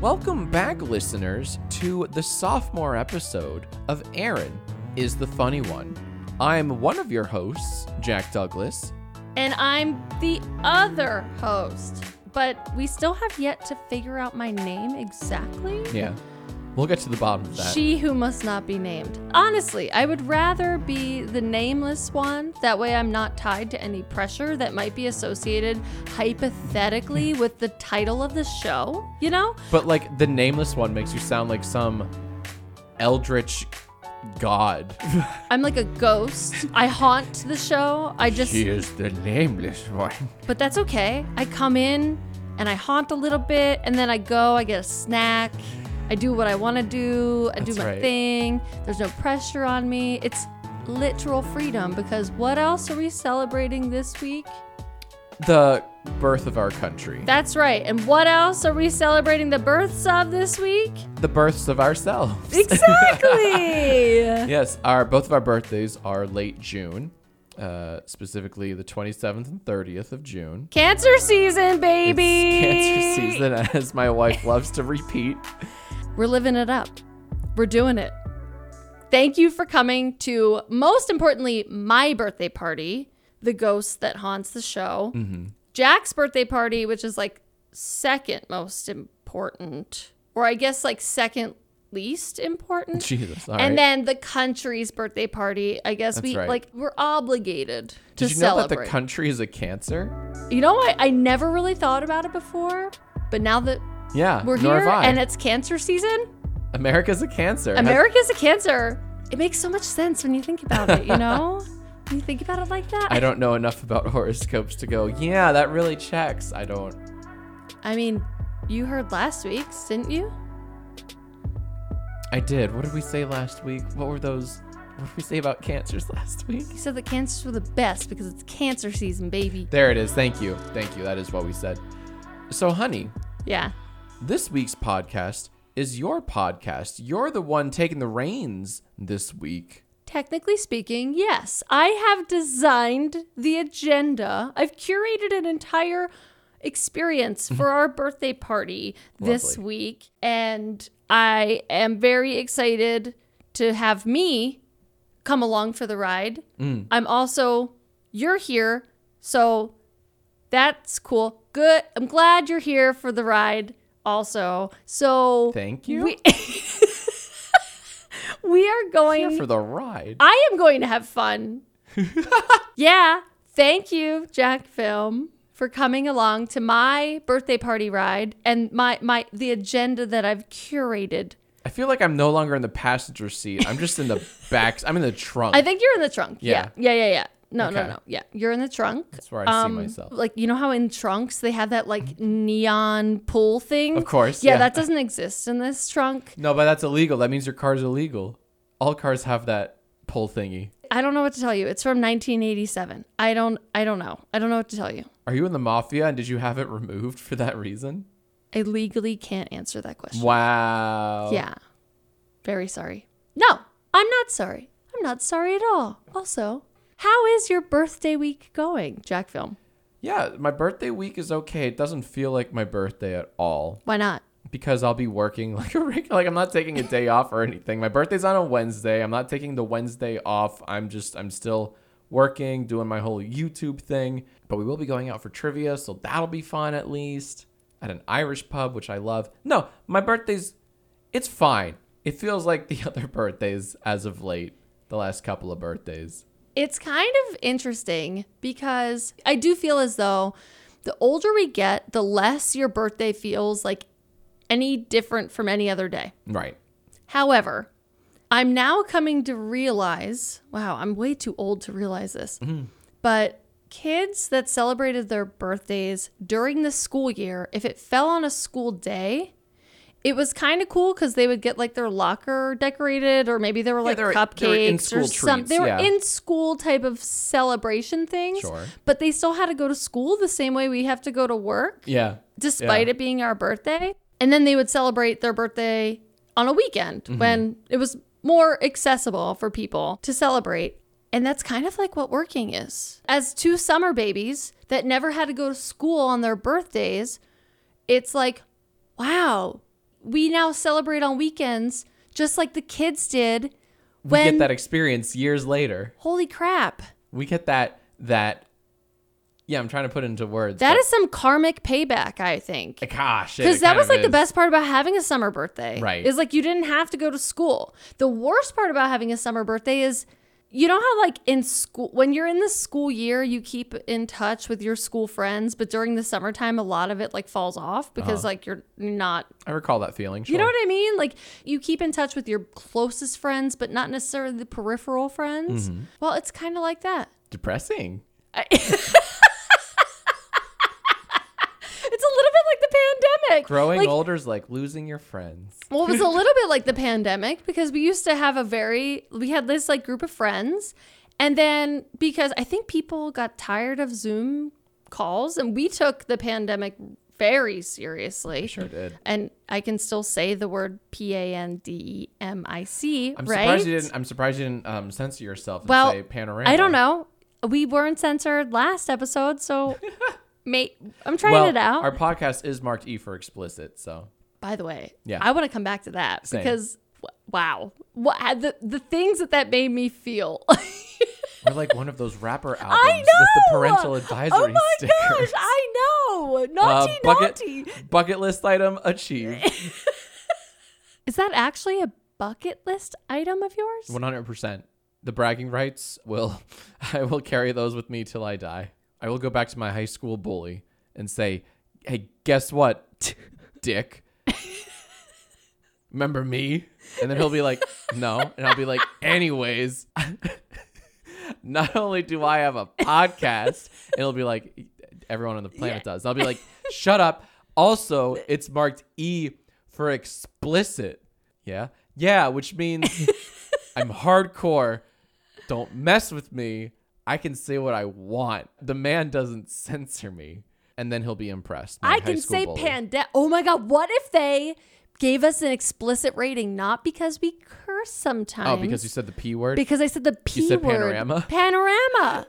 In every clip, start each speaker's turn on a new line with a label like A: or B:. A: Welcome back, listeners, to the sophomore episode of Aaron is the Funny One. I'm one of your hosts, Jack Douglas.
B: And I'm the other host. But we still have yet to figure out my name exactly.
A: Yeah. We'll get to the bottom of that.
B: She who must not be named. Honestly, I would rather be the nameless one. That way, I'm not tied to any pressure that might be associated
A: Hmm.
B: hypothetically with the title of the show, you know?
A: but like the nameless one makes you sound like some eldritch god.
B: I'm like a ghost. I haunt the show. I just,
A: is the nameless one.
B: but that's okay. I come in and I haunt a little bit, and then I go, I get a snack. I do what I want to do. I do
A: That's
B: my
A: right.
B: thing. There's no pressure on me. It's literal freedom because what else are we celebrating this week?
A: The birth of our country.
B: That's right. And what else are we celebrating the births of this week?
A: the births of ourselves.
B: Exactly.
A: Yes, our both of our birthdays are late June, uh, specifically the 27th and 30th of June.
B: Cancer season,
A: It's
B: baby.
A: cancer season, as my wife loves to repeat.
B: We're living it up. We're doing it. Thank you for coming to, most importantly, my birthday party, the ghost that haunts the show,
A: Mm-hmm.
B: Jack's birthday party, which is like second most important, or I guess like second least important.
A: Jesus, all right.
B: and then the country's birthday party. I guess we
A: right.
B: like we're obligated to
A: Did you know
B: celebrate.
A: that the country is a cancer?
B: you know, I, I never really thought about it before, but now that
A: Yeah,
B: we're
A: nor
B: here
A: have I.
B: and it's cancer season,
A: America's a cancer. It has-
B: America's a cancer. It makes so much sense when you think about it, you know? when you think about it like that.
A: I don't know enough about horoscopes to go, yeah, that really checks. I don't.
B: I mean, you heard last week's, didn't you?
A: I did. What did we say last week? What were those? What did we say about cancers last week?
B: You said that cancers were the best because it's cancer season, baby.
A: There it is. Thank you. Thank you. That is what we said. So, honey,
B: Yeah.
A: This week's podcast is your podcast. You're the one taking the reins this week.
B: Technically speaking, yes. I have designed the agenda. I've curated an entire experience for our birthday party this
A: Lovely.
B: week. And I am very excited to have me come along for the ride.
A: Mm.
B: I'm also, you're here. So that's cool. Good. I'm glad you're here for the ride also. So
A: Thank you.
B: We, we are going
A: Here for the ride.
B: I am going to have fun. yeah. Thank you, Jack Film, for coming along to my birthday party ride and my, my the agenda that I've curated.
A: I feel like I'm no longer in the passenger seat. I'm just in the back. I'm in the trunk.
B: I think you're in the trunk.
A: Yeah.
B: Yeah. Yeah, yeah, yeah. No, no,
A: Okay.
B: no. Yeah. You're in the trunk. That's
A: where I see myself.
B: Like you know how in trunks they have that like neon pull thing?
A: Of course,
B: Yeah,
A: yeah.
B: that doesn't exist in this trunk.
A: no, but that's illegal. That means your car's illegal. All cars have that pull thingy.
B: I don't know what to tell you. It's from 1987. I don't I don't know. I don't know what to tell you.
A: Are you in the mafia and did you have it removed for that reason?
B: I legally can't answer that question.
A: Wow.
B: Yeah. Very sorry. No, I'm not sorry. I'm not sorry at all. Also, how is your birthday week going, Jack Film?
A: Yeah, my birthday week is okay. It doesn't feel like my birthday at all.
B: Why not?
A: because I'll be working like a reg- like I'm not taking a day off or anything. My birthday's on a Wednesday. I'm not taking the Wednesday off. I'm just I'm still working, doing my whole YouTube thing. But we will be going out for trivia, so that'll be fun at least at an Irish pub, which I love. No, my birthday's it's fine. It feels like the other birthdays as of late, the last couple of birthdays.
B: It's kind of interesting because I do feel as though the older we get, the less your birthday feels like any different from any other day.
A: Right.
B: However, I'm now coming to realize wow, I'm way too old to realize this.
A: Mm-hmm.
B: But kids that celebrated their birthdays during the school year, if it fell on a school day, it was kind of cool because they would get like their locker decorated, or maybe there were like
A: they were- they were
B: cupcakes or
A: in-school
B: something. They
A: treats,
B: were
A: yeah.
B: in school type of celebration things,
A: Sure.
B: but they still had to go to school the same way we have to go to work
A: Yeah.
B: despite
A: Yeah.
B: it being our birthday. And then they would celebrate their birthday on a weekend
A: Mm-hmm.
B: when it was more accessible for people to celebrate. And that's kind of like what working is. As two summer babies that never had to go to school on their birthdays, it's like, wow, we now celebrate on weekends just like the kids did
A: We
B: when
A: get that experience years later.
B: holy crap.
A: We get that that yeah, I'm trying to put it into words.
B: That is some karmic payback, I think.
A: but- gosh,
B: Because that was like the best part about having a summer birthday.
A: Right.
B: Is like you didn't have to go to school. The worst part about having a summer birthday is you know how like in school when you're in the school year you keep in touch with your school friends, but during the summertime a lot of it like falls off because like you're not
A: I recall that feeling.
B: you know
A: Uh-huh. sure.
B: what I mean? Like you keep in touch with your closest friends, but not necessarily the peripheral friends.
A: Mm-hmm.
B: Well, it's kind of like that.
A: depressing.
B: It's a little bit like the pandemic.
A: Growing
B: like,
A: older is like losing your friends.
B: Well, it was a little bit like the pandemic because we used to have a very we had this like group of friends, and then because I think people got tired of Zoom calls, and we took the pandemic very seriously.
A: Sure did.
B: And I can still say the word P A N D E M I C,
A: I'm
B: right?
A: surprised you didn't. I'm surprised you didn't um, censor yourself and
B: Well,
A: say panorama.
B: I don't know. We weren't censored last episode, so mate, I'm trying
A: Well,
B: it out.
A: our podcast is marked E for explicit, so
B: By the way,
A: Yeah.
B: I want to come back to that
A: Same.
B: because w- wow, what the the things that that made me feel.
A: we're like one of those rapper albums with the
B: know!
A: parental advisory
B: oh my
A: stickers.
B: gosh, I know
A: Uh,
B: naughty
A: bucket,
B: naughty.
A: bucket list item achieved.
B: Is that actually a bucket list item of yours?
A: One hundred percent. The bragging rights will, I will carry those with me till I die. I will go back to my high school bully and say, "Hey, guess what, dick? Remember me?" And then he'll be like, "No," and I'll be like, "Anyways." Not only do I have a podcast, and it'll be like everyone on the planet does. I'll be like, "Shut up." Also, it's marked E for explicit. Yeah. Yeah, which means I'm hardcore. Don't mess with me. I can say what I want. The man doesn't censor me. And then he'll be impressed. My
B: I
A: high
B: can
A: school
B: say
A: bully.
B: pandemic. Oh my god, what if they gave us an explicit rating not because we curse
A: Oh,
B: sometimes?
A: because you said the P word?
B: because I said the P
A: said
B: word.
A: panorama?
B: Panorama.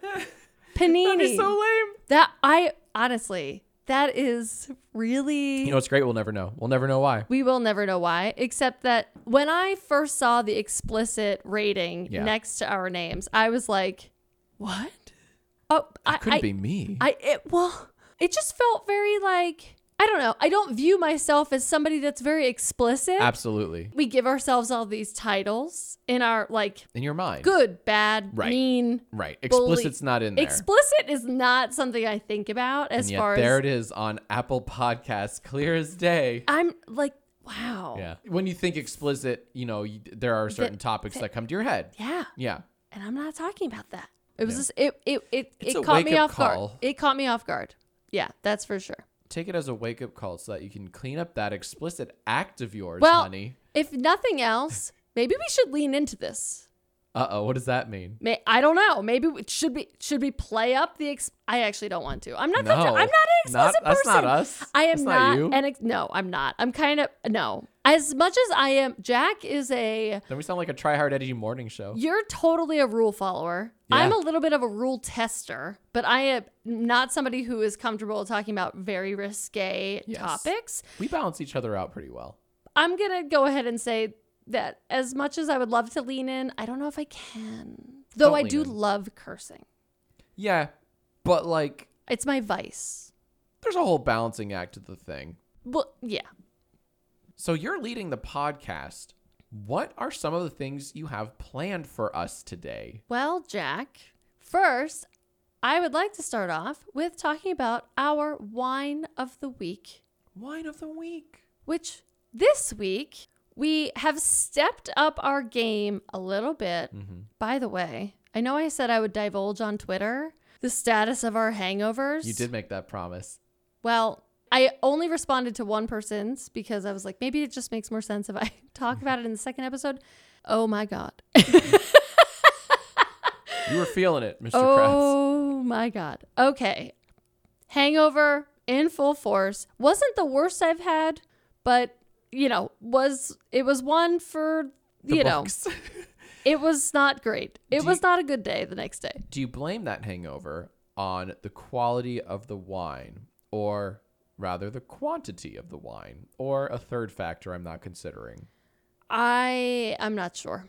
B: Panini.
A: That'd be so lame.
B: That I honestly, that is really.
A: You know what's great? We'll never know. We'll never know why.
B: we will never know why, except that when I first saw the explicit rating
A: Yeah.
B: next to our names, I was like, "What? Oh, I,
A: Couldn't
B: I,
A: be me.
B: I it well, it just felt very like I don't know. I don't view myself as somebody that's very explicit.
A: Absolutely.
B: we give ourselves all these titles in our like
A: In your mind.
B: good, bad,
A: Right.
B: mean.
A: Right.
B: Bully.
A: Explicit's not in there.
B: Explicit is not something I think about as
A: and yet
B: far
A: there
B: as
A: it is on Apple Podcasts, clear as day.
B: I'm like, wow.
A: Yeah. When you think explicit, you know, you, there are certain topics that come to your head.
B: Yeah.
A: Yeah.
B: and I'm not talking about that. It was just it it it,
A: a
B: it caught me
A: wake-up
B: off guard.
A: call.
B: It caught me off guard. Yeah, that's for sure.
A: Take it as a wake up call so that you can clean up that explicit act of yours,
B: Well-
A: honey.
B: If nothing else, maybe we should lean into this.
A: Uh oh, what does that mean?
B: May, I don't know. Maybe we- should we should we play up the? Ex- I actually don't want to. I'm not.
A: No.
B: comfortable- I'm not an explicit
A: Not- that's
B: person.
A: not us.
B: I am
A: That's not
B: not.
A: you.
B: An ex- no, I'm not. I'm kind of no. As much as I am, Jack is a.
A: Then we sound like a try hard Eddie morning show.
B: You're totally a rule follower.
A: Yeah.
B: I'm a little bit of a rule tester, but I am not somebody who is comfortable talking about very risque
A: Yes.
B: topics.
A: We balance each other out pretty well.
B: I'm going to go ahead and say that as much as I would love to lean in, I don't know if I can. Though
A: Don't
B: I
A: lean
B: do
A: in.
B: love cursing,
A: Yeah. But like,
B: it's my vice.
A: there's a whole balancing act to the thing.
B: Well, yeah.
A: So you're leading the podcast. What are some of the things you have planned for us today?
B: Well, Jack, first, I would like to start off with talking about our wine of the week.
A: Wine of the week.
B: which this week we have stepped up our game a little bit.
A: Mm-hmm.
B: By the way, I know I said I would divulge on Twitter the status of our hangovers.
A: You did make that promise.
B: Well, I only responded to one person's because I was like, maybe it just makes more sense if I talk about it in the second episode. Oh my God.
A: You were feeling it, Mr. Krabs.
B: Oh my God. Okay. Hangover in full force. Wasn't the worst I've had, but you know, was it was one for
A: The
B: you know,
A: books.
B: it was not great. It
A: Do
B: was
A: you-
B: not a good day the next day.
A: Do you blame that hangover on the quality of the wine or rather the quantity of the wine, or a third factor I'm not considering.
B: I am not sure.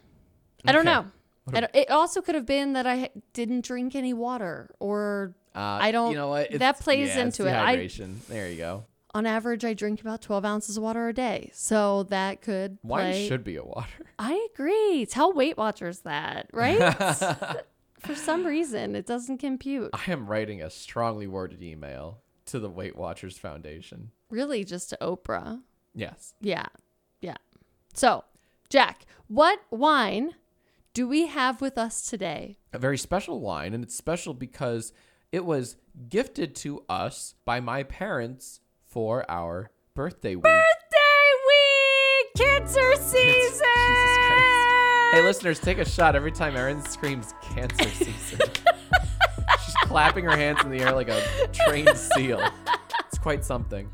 B: I don't
A: Okay.
B: know. I don't, it also could have been that I ha- didn't drink any water, or
A: Uh,
B: I don't-
A: You know what?
B: that
A: It's-
B: plays
A: yeah, it's
B: into it. I-
A: Dehydration. there you go.
B: on average, I drink about 12 ounces of water a day. So that could
A: Wine
B: play.
A: should be a water.
B: I agree. Tell Weight Watchers that, right? For some reason, it doesn't compute.
A: I am writing a strongly worded email to the Weight Watchers Foundation.
B: Really, just to Oprah.
A: Yes.
B: Yeah. Yeah. So, Jack, what wine do we have with us today?
A: a very special wine, and it's special because it was gifted to us by my parents for our birthday week.
B: Birthday week! Cancer season!
A: Hey, listeners, take a shot every time Erin screams cancer season. She's clapping her hands in the air like a trained seal. It's quite something.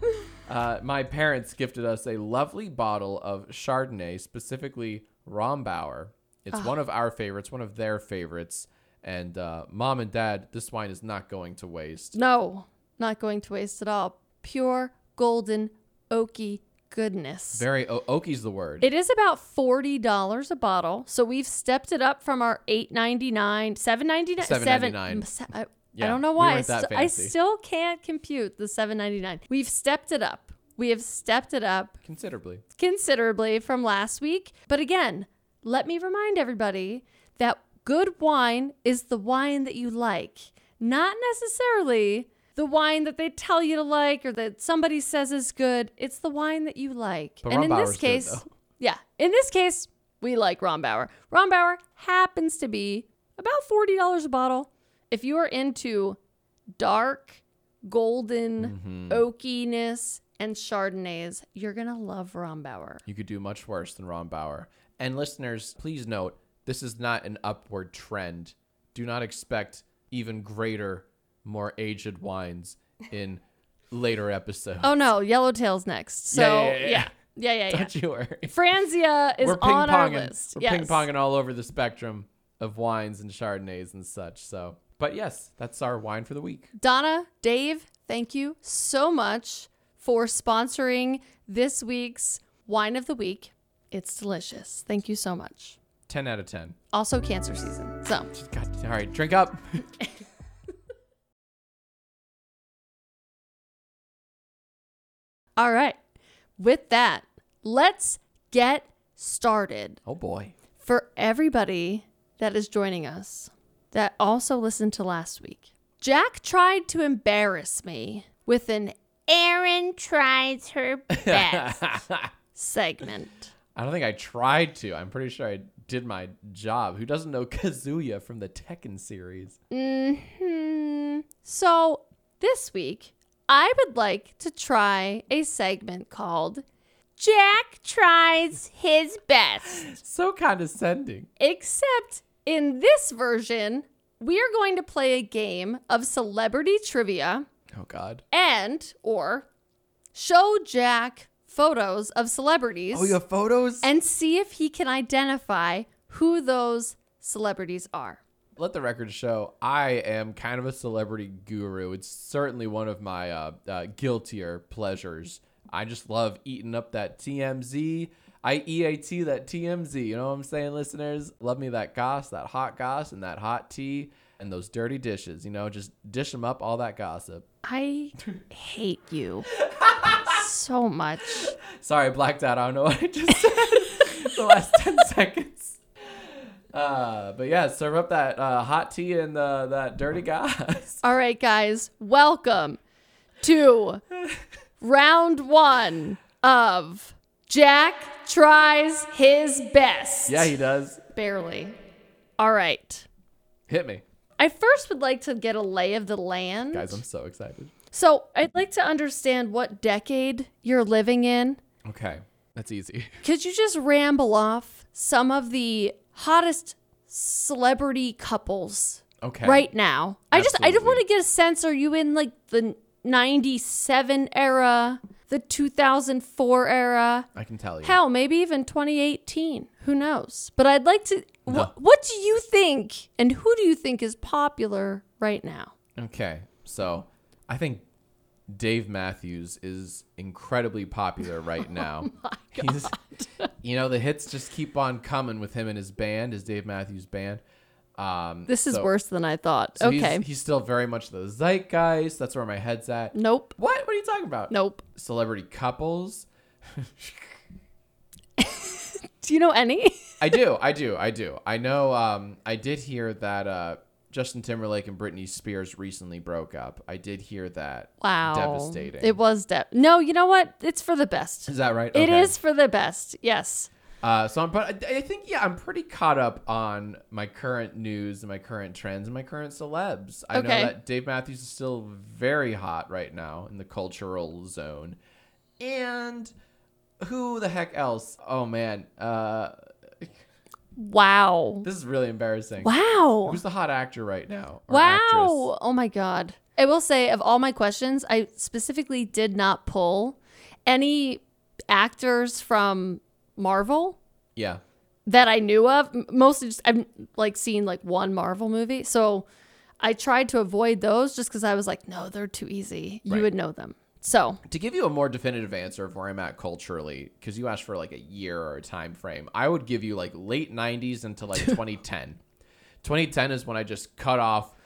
A: Uh, my parents gifted us a lovely bottle of Chardonnay, specifically Rombauer. It's one of our favorites, one of their favorites. And uh, mom and dad, this wine is not going to waste.
B: No, not going to waste at all. Pure golden oaky goodness.
A: Very o- oaky's the word.
B: It is about forty dollars a bottle, so we've stepped it up from our eight ninety nine, seven ninety nine,
A: $7.99.
B: I,
A: Yeah,
B: I don't know
A: we
B: why. I,
A: weren't that
B: st- I
A: fancy.
B: still can't compute the seven ninety nine. We've stepped it up. We have stepped it up
A: Considerably.
B: considerably from last week. But again, let me remind everybody that good wine is the wine that you like, not necessarily the wine that they tell you to like or that somebody says is good. It's the wine that you like.
A: But
B: and in
A: Rombauer's
B: this
A: good,
B: case,
A: though.
B: yeah, in this case, we like Rombauer. Rombauer happens to be about $40 a bottle. If you are into dark,
A: Mm-hmm.
B: golden, oakiness, and Chardonnays, you're going to love Rombauer.
A: You could do much worse than Ron Bauer. And listeners, please note this is not an upward trend. Do not expect even greater, more aged wines in later episodes.
B: Oh no, Yellowtail's next. So
A: Yeah,
B: yeah,
A: yeah,
B: yeah,
A: yeah,
B: yeah, yeah. yeah,
A: Don't you worry.
B: Franzia is
A: We're ping
B: on our
A: ponging.
B: list.
A: We're
B: yes.
A: ping ponging all over the spectrum of wines and Chardonnays and such. So, but yes, that's our wine for the week.
B: Donna, Dave, thank you so much for sponsoring this week's wine of the week. It's delicious. Thank you so much.
A: 10 out of 10.
B: Also, cancer season. So.
A: God, all right, drink up.
B: All right. With that, let's get started.
A: oh boy.
B: For everybody that is joining us that also listened to last week, Jack tried to embarrass me with an Aaron tries her best segment.
A: I don't think I tried to. I'm pretty sure I did my job. Who doesn't know Kazuya from the Tekken series?
B: Hmm. So this week, I would like to try a segment called Jack Tries His Best.
A: So condescending.
B: Except in this version, we are going to play a game of celebrity trivia
A: Oh God.
B: and or show Jack photos of celebrities
A: Oh, you have photos.
B: and see if he can identify who those celebrities are.
A: Let the record show I am kind of a celebrity guru. It's certainly one of my uh, uh, guiltier pleasures. I just love eating up that TMZ. I EAT that TMZ. You know what I'm saying, listeners? Love me that goss, that hot goss, and that hot tea, and those dirty dishes. You know, just dish them up all that gossip.
B: I hate you so much.
A: Sorry, I blacked out. I don't know what I just said. the last ten seconds. Uh, but yeah, serve up that uh, hot tea and uh, that dirty gas.
B: All right, guys, welcome to round 1 of Jack tries his best.
A: Yeah, he does.
B: Barely. All right.
A: Hit me,
B: I first would like to get a lay of the land.
A: guys. I'm so excited.
B: So I'd like to understand what decade you're living in.
A: Okay, that's easy.
B: Could you just ramble off some of the hottest celebrity couples
A: Okay.
B: right now? I just I just
A: Absolutely.
B: want to get a sense. Are you in like the 97 era, the 2004 era?
A: I can tell you.
B: Hell, maybe even 2018. Who knows? But I'd like to. Wh- what do you think, and who do you think is popular right now?
A: Okay, so I think Dave Matthews is incredibly popular right
B: Oh
A: now. He's- you know, the hits just keep on coming with him and his band, his Dave Matthews band. Um,
B: This is
A: so-
B: worse than I thought.
A: so he's-
B: okay.
A: He's, still very much the zeitgeist. That's where my head's at.
B: nope.
A: What? What are you talking about?
B: Nope.
A: Celebrity couples.
B: Do you know any?
A: I do, I do, I do. I know. Um, I did hear that uh, Justin Timberlake and Britney Spears recently broke up. I did hear that.
B: wow.
A: devastating.
B: It was de- No, you know what? It's for the best.
A: Is that right?
B: It
A: Okay.
B: is for the best. Yes.
A: Uh, so, I'm, but I I think yeah, I'm pretty caught up on my current news and my current trends and my current celebs. I
B: Okay.
A: know that Dave Matthews is still very hot right now in the cultural zone, and who the heck else? Oh man, uh,
B: Wow.
A: this is really embarrassing.
B: Wow.
A: Who's the hot actor right now? or
B: Wow.
A: actress?
B: Oh my God. I will say, of all my questions, I specifically did not pull any actors from Marvel
A: Yeah.
B: that I knew of. M- Mostly just, I've like seen like one Marvel movie. So I tried to avoid those just because I was like, no, they're too easy. You
A: Right.
B: would know them. So
A: To give you a more definitive answer of where I'm at culturally, because you asked for like a year or a time frame, I would give you like late 90s into like 2010. 2010 is when I just cut off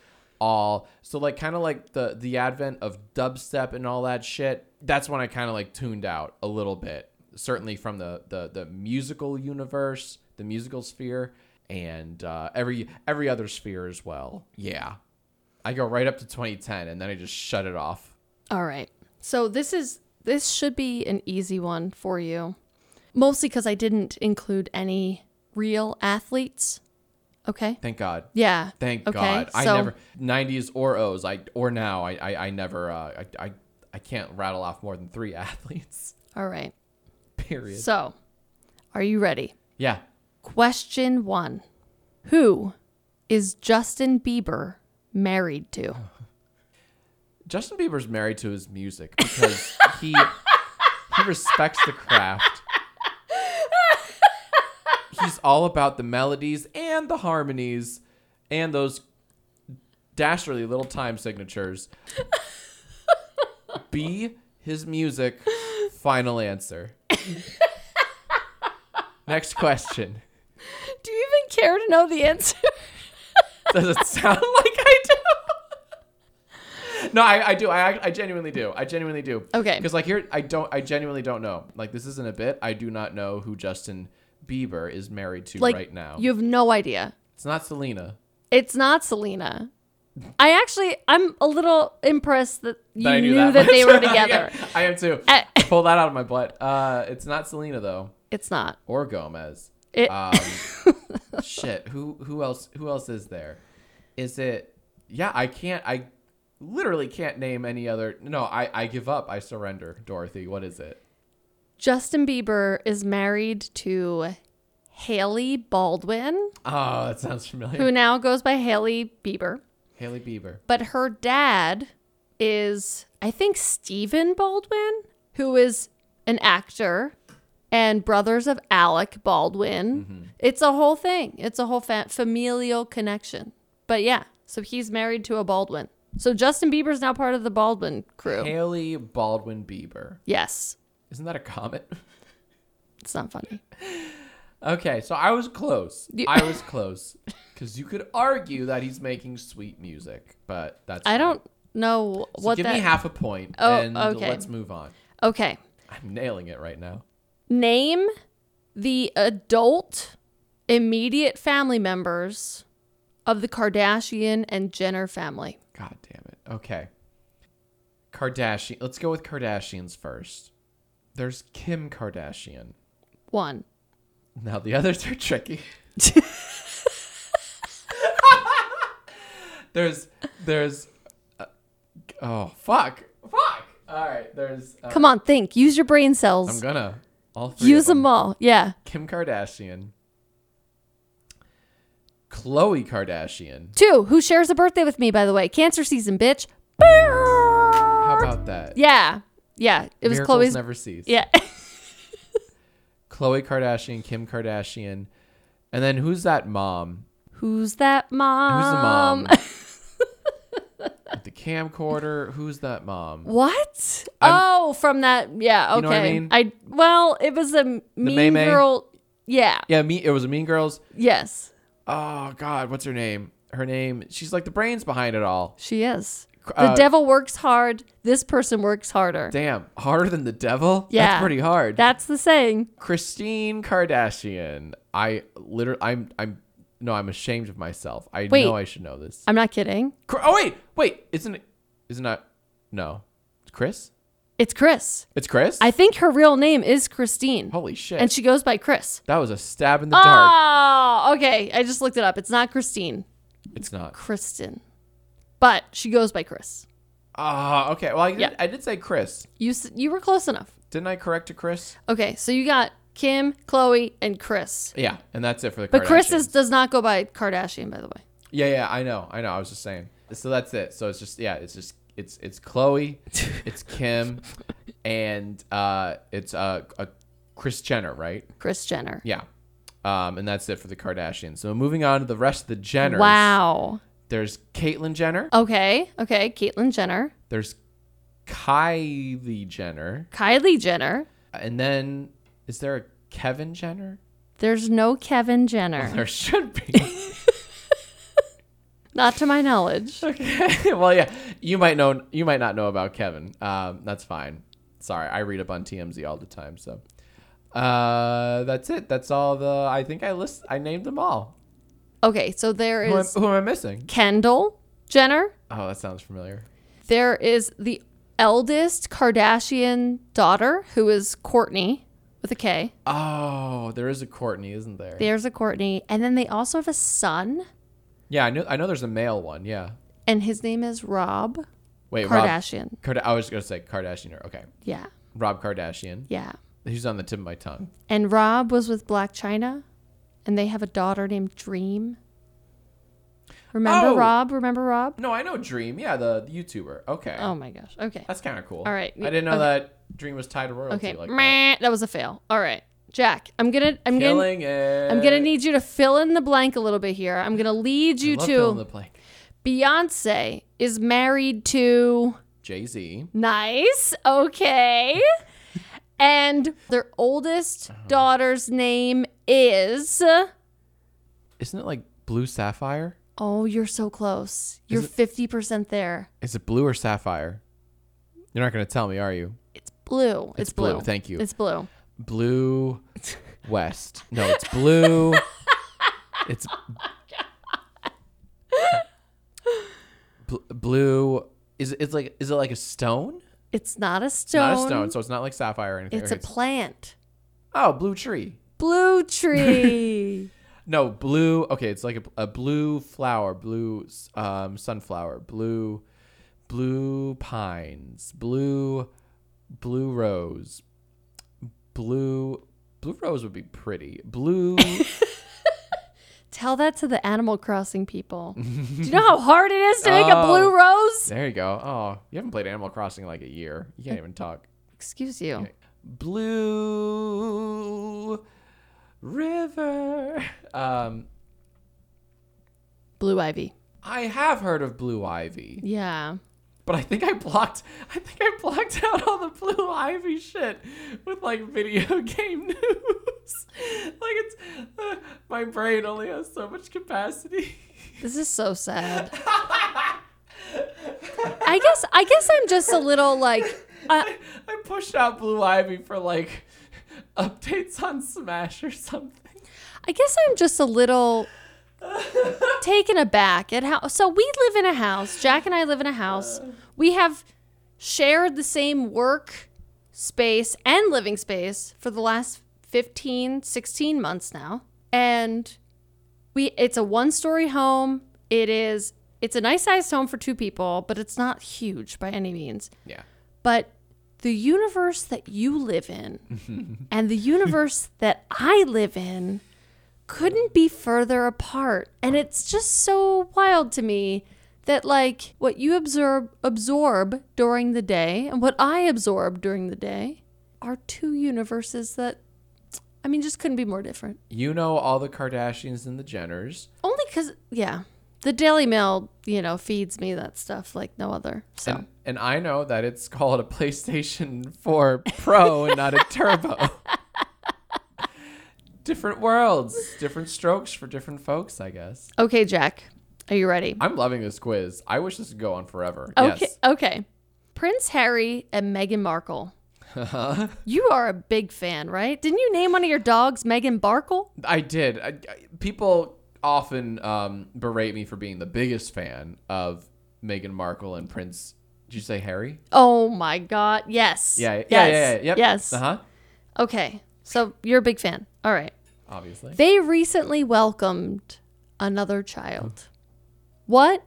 A: all. So like kind of like the the advent of dubstep and all that shit. That's when I kind of like tuned out a little bit, certainly from the the the musical universe, the musical sphere, and uh, every every other sphere as well. Yeah, I go right up to 2010, and then I just shut it off.
B: All right. So this is this should be an easy one for you. Mostly cuz I didn't include any real athletes. Okay?
A: Thank God.
B: Yeah.
A: Thank
B: Okay,
A: God. I
B: so-
A: never nineties or O's. I or now. I I, I never. Uh, I, I I can't rattle off more than three athletes.
B: All right.
A: Period.
B: So, are you ready?
A: yeah.
B: Question 1. Who is Justin Bieber married to?
A: Justin Bieber's married to his music because he he respects the craft. He's all about the melodies and the harmonies and those dastardly little time signatures. Be his music. Final answer. Next question.
B: Do you even care to know the answer?
A: Does it sound like I do? No, I, I do. I, I genuinely do. I genuinely do.
B: Okay.
A: Because like here, I don't. I genuinely don't know. Like this isn't a bit. I do not know who Justin Bieber is married to
B: like
A: right now.
B: you have no idea.
A: it's not Selena.
B: It's not Selena. I actually I'm a little impressed that you
A: But I
B: knew that,
A: that,
B: they
A: much.
B: were together. Uh,
A: I am too.
B: I-
A: Pull that out of my butt. Uh, it's not Selena though,
B: It's not.
A: or Gomez.
B: It,
A: Um, shit. Who who else? Who else is there? Is it? Yeah, I can't. I literally can't name any other. No, I I give up. I surrender. Dorothy, what is it?
B: Justin Bieber is married to Haley Baldwin,
A: Oh, that sounds familiar.
B: who now goes by Haley Bieber.
A: Haley Bieber.
B: But her dad is, I think, Stephen Baldwin, who is an actor and brothers of Alec Baldwin. It's a whole thing, it's a whole fa- familial connection. But yeah, so he's married to a Baldwin. So Justin Bieber's now part of the Baldwin crew.
A: Haley Baldwin Bieber.
B: yes,
A: Isn't that a comet?
B: it's not funny.
A: Okay, so I was close.
B: You-
A: I was close. Because you could argue that he's making sweet music, but that's.
B: I don't know
A: So
B: what
A: give
B: that.
A: me half a point
B: Oh,
A: and
B: okay.
A: let's move on.
B: okay.
A: I'm nailing it right now.
B: Name the adult immediate family members of the Kardashian and Jenner family.
A: God damn it. Okay. Kardashian. Let's go with Kardashians first. There's Kim Kardashian.
B: One.
A: Now the others are tricky. there's there's uh, oh fuck fuck. All right, there's uh,
B: Come on, think. Use your brain
A: I'm
B: cells.
A: gonna all three
B: Use
A: of them.
B: them all. Yeah.
A: Kim Kardashian, Chloe Kardashian.
B: Two. Who shares a birthday with me, by the way? Cancer season, bitch.
A: How about that?
B: Yeah. Yeah. It was
A: Miracles
B: Chloe's.
A: never cease.
B: yeah.
A: Chloe Kardashian, Kim Kardashian, and then who's that mom?
B: Who's that mom?
A: Who's the mom? With the camcorder. Who's that mom?
B: What?
A: I'm-
B: oh, from that. Yeah. Okay.
A: You know what I mean?
B: well, it was a mean
A: May-May?
B: girl. Yeah.
A: Yeah, me. It was a Mean Girls.
B: Yes,
A: Oh God, what's her name? Her name. She's like the brains behind it all.
B: she is. The
A: Uh,
B: devil works hard. This person works harder.
A: Damn, harder than the devil.
B: Yeah.
A: that's pretty hard.
B: That's the saying.
A: Christine Kardashian. I literally, I'm, I'm, no, I'm ashamed of myself. I
B: Wait.
A: know I should know this.
B: I'm not kidding.
A: Cr- Oh wait, wait, isn't it? Isn't that? No, it's Chris.
B: It's Chris.
A: It's Chris.
B: I think her real name is Christine,
A: Holy shit!
B: and she goes by Chris.
A: that was a stab in the dark.
B: Oh, okay. I just looked it up. It's not Christine.
A: It's not.
B: Kristen. But she goes by Chris.
A: Ah, okay. Well, I did,
B: Yeah.
A: I did say Chris.
B: You s- you were close enough.
A: Didn't I correct to Chris?
B: Okay, so you got Kim, Chloe, and Chris.
A: Yeah, and that's it for the.
B: But Chris is,
A: Kardashians.
B: does not go by Kardashian, by the way.
A: Yeah, yeah, I know, I know. I was just saying. So that's it. So it's just yeah, it's just it's it's Chloe, it's Kim, and uh, it's uh, uh Chris Jenner, right?
B: Chris Jenner.
A: Yeah. Um, and that's it for the Kardashians. So moving on to the rest of the Jenners.
B: Wow.
A: There's Caitlyn Jenner.
B: Okay. Okay. Caitlyn Jenner,
A: There's Kylie Jenner.
B: Kylie Jenner.
A: And then is there a Kevin Jenner?
B: There's no Kevin Jenner,
A: There should be.
B: not to my knowledge.
A: Okay. well, yeah, you might know, you might not know about Kevin. Um, that's fine. Sorry, I read up on TMZ all the time, so uh, that's it. That's all the. I think I list. I named them all.
B: Okay, so there
A: Who am,
B: is
A: who am I missing?
B: Kendall Jenner.
A: Oh, that sounds familiar.
B: There is the eldest Kardashian daughter, who is Courtney with a K.
A: Oh, there is a Courtney, isn't there?
B: There's a Courtney, and then they also have a son,
A: Yeah, I know. I know there's a male one. Yeah.
B: and his name is Rob
A: Wait, Rob.
B: Kardashian.
A: Karda- I was gonna say Kardashian. Okay,
B: Yeah,
A: Rob Kardashian.
B: yeah.
A: He's on the tip of my tongue.
B: And Rob was with Black China, and they have a daughter named Dream. Remember
A: Oh.
B: Rob? Remember Rob?
A: No, I know Dream. Yeah, the, the YouTuber. Okay.
B: Oh my gosh. Okay.
A: That's kind of cool.
B: All right.
A: I didn't know that Dream was tied to royalty.
B: Okay.
A: Like that.
B: Meh. that. was a fail. All right. Jack, I'm gonna I'm gonna
A: Killing it.
B: I'm gonna need you to fill in the blank a little bit here. I'm gonna lead you
A: Love filling the
B: to
A: blank.
B: Beyonce is married to
A: Jay Z.
B: Nice. Okay. and their oldest daughter's name is
A: Isn't it like blue sapphire?
B: Oh, you're so close. You're
A: it-
B: 50% there.
A: Is it blue or sapphire? You're not gonna tell me, are you?
B: It's blue. It's,
A: blue.
B: blue.
A: Thank you.
B: It's blue.
A: Blue West. No, it's blue. it's Bl- blue. Is it? It's like. Is it like a stone?
B: It's not a
A: It's
B: stone.
A: Not a stone. So it's not like sapphire or anything.
B: It's
A: Okay,
B: a plant.
A: oh, blue tree.
B: Blue tree.
A: No, blue. Okay, it's like a, a blue flower, blue um, sunflower, blue, blue pines, blue, blue rose, blue. Blue rose would be pretty. Blue.
B: Tell that to the Animal Crossing people. Do you know how hard it is to make a blue rose?
A: there you go. Oh, you haven't played Animal Crossing in like a year. You can't even talk.
B: Excuse you.
A: Blue river. Um,
B: Blue ivy.
A: I have heard of blue ivy.
B: Yeah.
A: But I think I blocked I think I blocked out all the blue ivy shit with like video game news. like it's uh, my brain only has so much capacity.
B: This is so sad. I guess I guess I'm just a little like uh,
A: I pushed out blue ivy for like updates on Smash or something.
B: I guess I'm just a little taken aback at how so we live in a house. Jack and I live in a house. We have shared the same work space and living space for the last 15, 16 months now. And we it's a one-story home. It is it's a nice-sized home for two people, but it's not huge by any means.
A: Yeah.
B: but the universe that you live in and the universe that I live in couldn't be further apart. And it's just so wild to me that like what you absorb absorb during the day and what I absorb during the day are two universes that I mean just couldn't be more different.
A: You know all the Kardashians and the Jenners.
B: Only cuz yeah, the Daily Mail, you know, feeds me that stuff like no other. So
A: And, and I know that it's called a PlayStation 4 Pro and not a Turbo. different worlds, different strokes for different folks, I guess.
B: okay, Jack, are you ready?
A: I'm loving this quiz. I wish this could go on forever.
B: Okay,
A: Yes.
B: okay. Prince Harry and Meghan Markle. You are a big fan, right? Didn't you name one of your dogs Meghan Barkle?
A: I did. I, I- people often um, berate me for being the biggest fan of Meghan Markle and Prince. Did you say Harry?
B: Oh my God! Yes.
A: Yeah. Yeah.
B: Yes.
A: Yeah. yeah, yeah. Yep.
B: Yes.
A: Uh huh.
B: Okay. So you're a big fan. All right.
A: Obviously.
B: They recently welcomed another child. What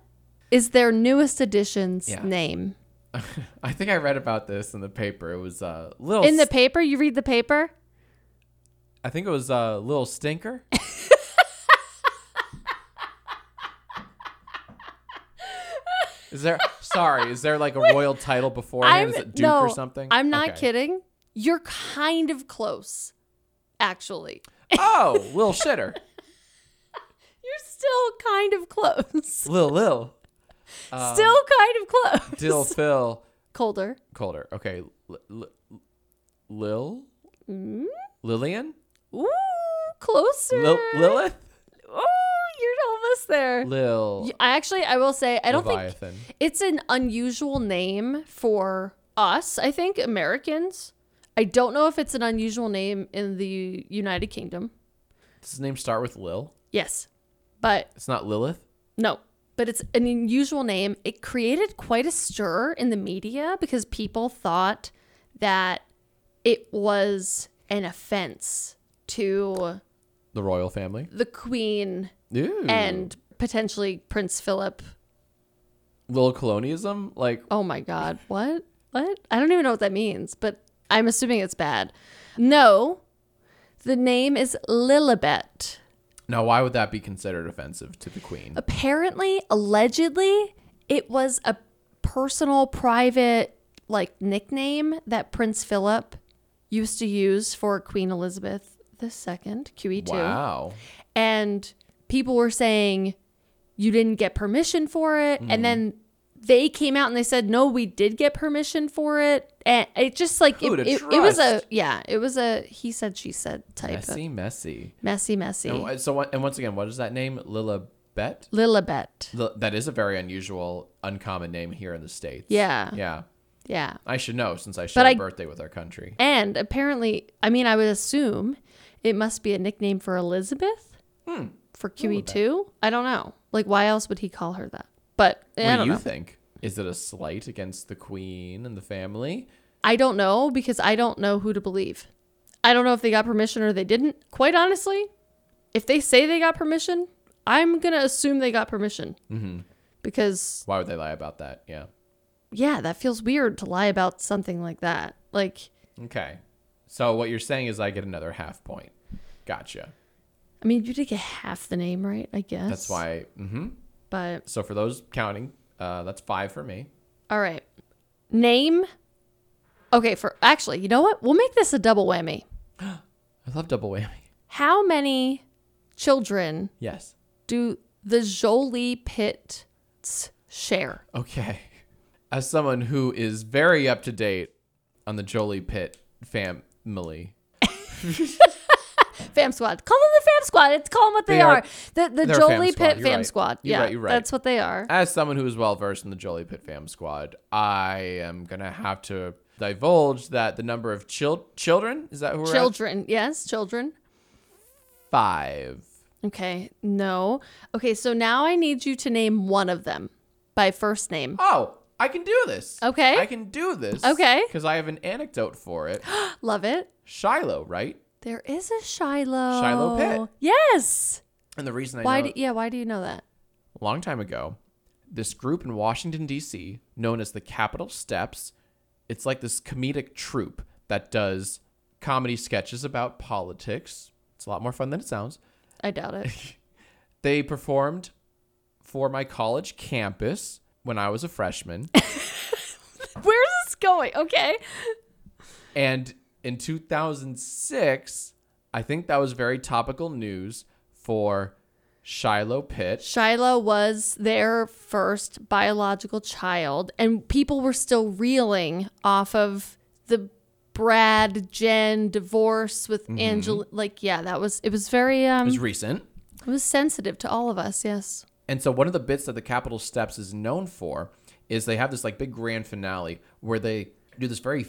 B: is their newest addition's
A: Yeah.
B: name?
A: I think I read about this in the paper. It was uh, little.
B: In the
A: S-
B: paper, you read the paper?
A: I think it was uh, little stinker. is there? Sorry. Is there like a royal title beforehand? is it Duke
B: no,
A: or something?
B: I'm not
A: Okay.
B: kidding. You're kind of close, actually.
A: Oh, little shitter.
B: You're still kind of close.
A: Lil Lil.
B: still kind of close.
A: Dill Phil.
B: Colder.
A: Colder. Okay. L- L- Lil?
B: Hmm?
A: Lillian?
B: Ooh, closer.
A: Lil- Lilith?
B: Ooh, you're almost there.
A: Lil.
B: Y- I actually, I will say, I don't think
A: Leviathan.
B: it's an unusual name for us. I think Americans. I don't know if it's an unusual name in the United Kingdom.
A: Does his name start with Lil?
B: Yes, but
A: It's not Lilith?
B: No, but it's an unusual name. It created quite a stir in the media because people thought that it was an offense to
A: The royal family?
B: the queen
A: Ooh.
B: and potentially Prince Philip.
A: Lil Colonialism? Like,
B: Oh my God, what? What? I don't even know what that means, but I'm assuming it's bad. No, the name is Lilibet.
A: no, why would that be considered offensive to the queen?
B: apparently allegedly it was a personal private like nickname that prince philip used to use for queen elizabeth ii qe2
A: Wow.
B: E and people were saying you didn't get permission for it
A: Hmm.
B: and then they came out and they said no we did get permission for it and it just like
A: Who'da
B: it, it, it was a
A: trust?
B: yeah it was a he said she said type of
A: Messy, messy.
B: messy messy
A: And wh- So, what- and once again, what is that name? Lilibet?
B: lilibet
A: Li- That is a very unusual, uncommon name here in the States.
B: yeah yeah,
A: Yeah. I should know since I share
B: But
A: a
B: I-
A: birthday with our country.
B: And apparently, I mean, I would assume it must be a nickname for Elizabeth
A: Hmm.
B: for QE2. I don't know. Like, why else would he call her that? But eh,
A: What
B: I
A: do
B: don't
A: you
B: know.
A: think? Is it a slight against the queen and the family?
B: I don't know because I don't know who to believe. I don't know if they got permission or they didn't. Quite honestly, if they say they got permission, I'm going to assume they got permission. Mm-hmm. Because,
A: Why would they lie about that? Yeah.
B: yeah, that feels weird to lie about something like that. Like,
A: Okay. So what you're saying is I get another half point. Gotcha.
B: I mean, you did get half the name right, I guess.
A: That's why. hmm
B: But
A: So for those counting, uh, that's five for me.
B: All right. Name. Okay, for actually, you know what? We'll make this a double whammy.
A: I love double whammy.
B: How many children
A: Yes.
B: do the Jolie Pitts share?
A: Okay. As someone who is very up to date on the Jolie Pitt family,
B: Fam squad. Call them the fam squad. It's call them what they,
A: They
B: are.
A: are-
B: The the
A: they're a
B: Jolie
A: fam squad.
B: Pitt
A: You're
B: fam
A: right.
B: squad.
A: You're
B: yeah,
A: right, you're right.
B: that's what they are.
A: as someone who is well versed in the Jolly Pit fam squad, I am gonna have to divulge that the number of chil- children is that who we're at?
B: Children. Yes, children.
A: five.
B: Okay. No. Okay, so now I need you to name one of them by first name.
A: Oh, I can do this.
B: Okay.
A: I can do this.
B: Okay.
A: Because I have an anecdote for it.
B: Love it.
A: Shiloh, right?
B: There is a Shiloh.
A: Shiloh Pitt.
B: Yes.
A: And the reason I
B: Why
A: know
B: do, yeah, why do you know that?
A: a long time ago, this group in Washington D.C. known as the Capitol Steps, it's like this comedic troupe that does comedy sketches about politics. It's a lot more fun than it sounds.
B: I doubt it.
A: They performed for my college campus when I was a freshman.
B: Where's this going? Okay.
A: And in 2006, I think that was very topical news for Shiloh Pitt.
B: Shiloh was their first biological child, and people were still reeling off of the Brad Jen divorce with Angela. Like, yeah, that was it was very
A: Mm-hmm. It
B: um
A: was recent.
B: it was sensitive to all of us. Yes,
A: And so one of the bits that the Capitol Steps is known for is they have this like big grand finale where they do this very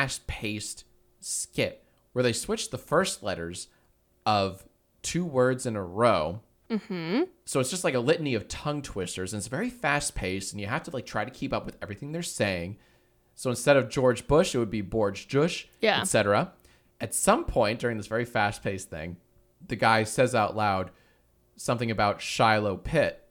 A: fast-paced skit where they switch the first letters of two words in a row. Mm-hmm. So it's just like a litany of tongue twisters, and it's very fast-paced, and you have to like try to keep up with everything they're saying. So instead of George Bush, it would be Borge Jush,
B: Yeah.
A: etc. At some point during this very fast-paced thing, the guy says out loud something about Shiloh Pitt,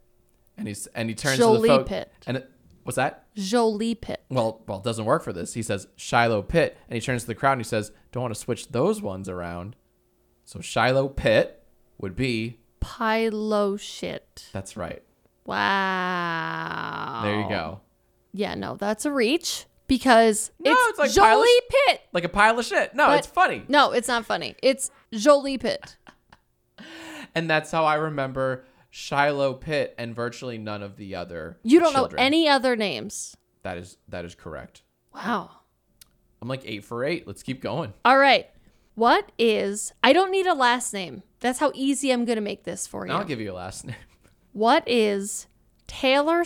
A: and he's and he turns to the
B: Jolie
A: folk,
B: Pitt.
A: and it, what's that?
B: Jolie Pitt.
A: Well, well, it doesn't work for this. He says Shiloh Pitt, and he turns to the crowd and he says, "Don't want to switch those ones around." So Shiloh Pitt would be
B: Pilo shit.
A: that's right.
B: Wow.
A: There you
B: Oh.
A: go,
B: Yeah, no, that's a reach because
A: No, it's
B: it's,
A: like
B: Jolie
A: pile of sh-
B: Pitt.
A: like a pile of shit. No,
B: But-
A: it's funny,
B: No, it's not funny. It's Jolie Pitt.
A: and that's how I remember Shiloh Pitt and virtually none of the other.
B: You don't
A: children.
B: know any other names.
A: That is that is correct.
B: Wow.
A: I'm like eight for eight. Let's keep going.
B: All right. What is I don't need a last name. That's how easy I'm going to make this for you.
A: Now I'll give you a last name.
B: what is Taylor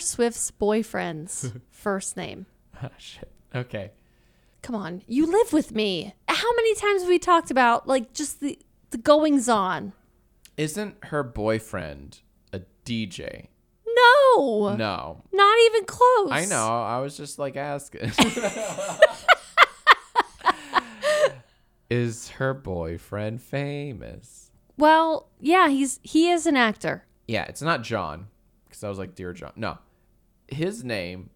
B: Swift's boyfriend's first name?
A: Ah, shit. Okay.
B: Come on. You live with me. How many times have we talked about like just the the goings on?
A: Isn't her boyfriend a DJ?
B: No.
A: No.
B: Not even close.
A: I know. I was just like asking. Is her boyfriend famous?
B: Well, yeah, he's he is an actor.
A: Yeah, it's not John. Because I was like, Dear John. No. His name.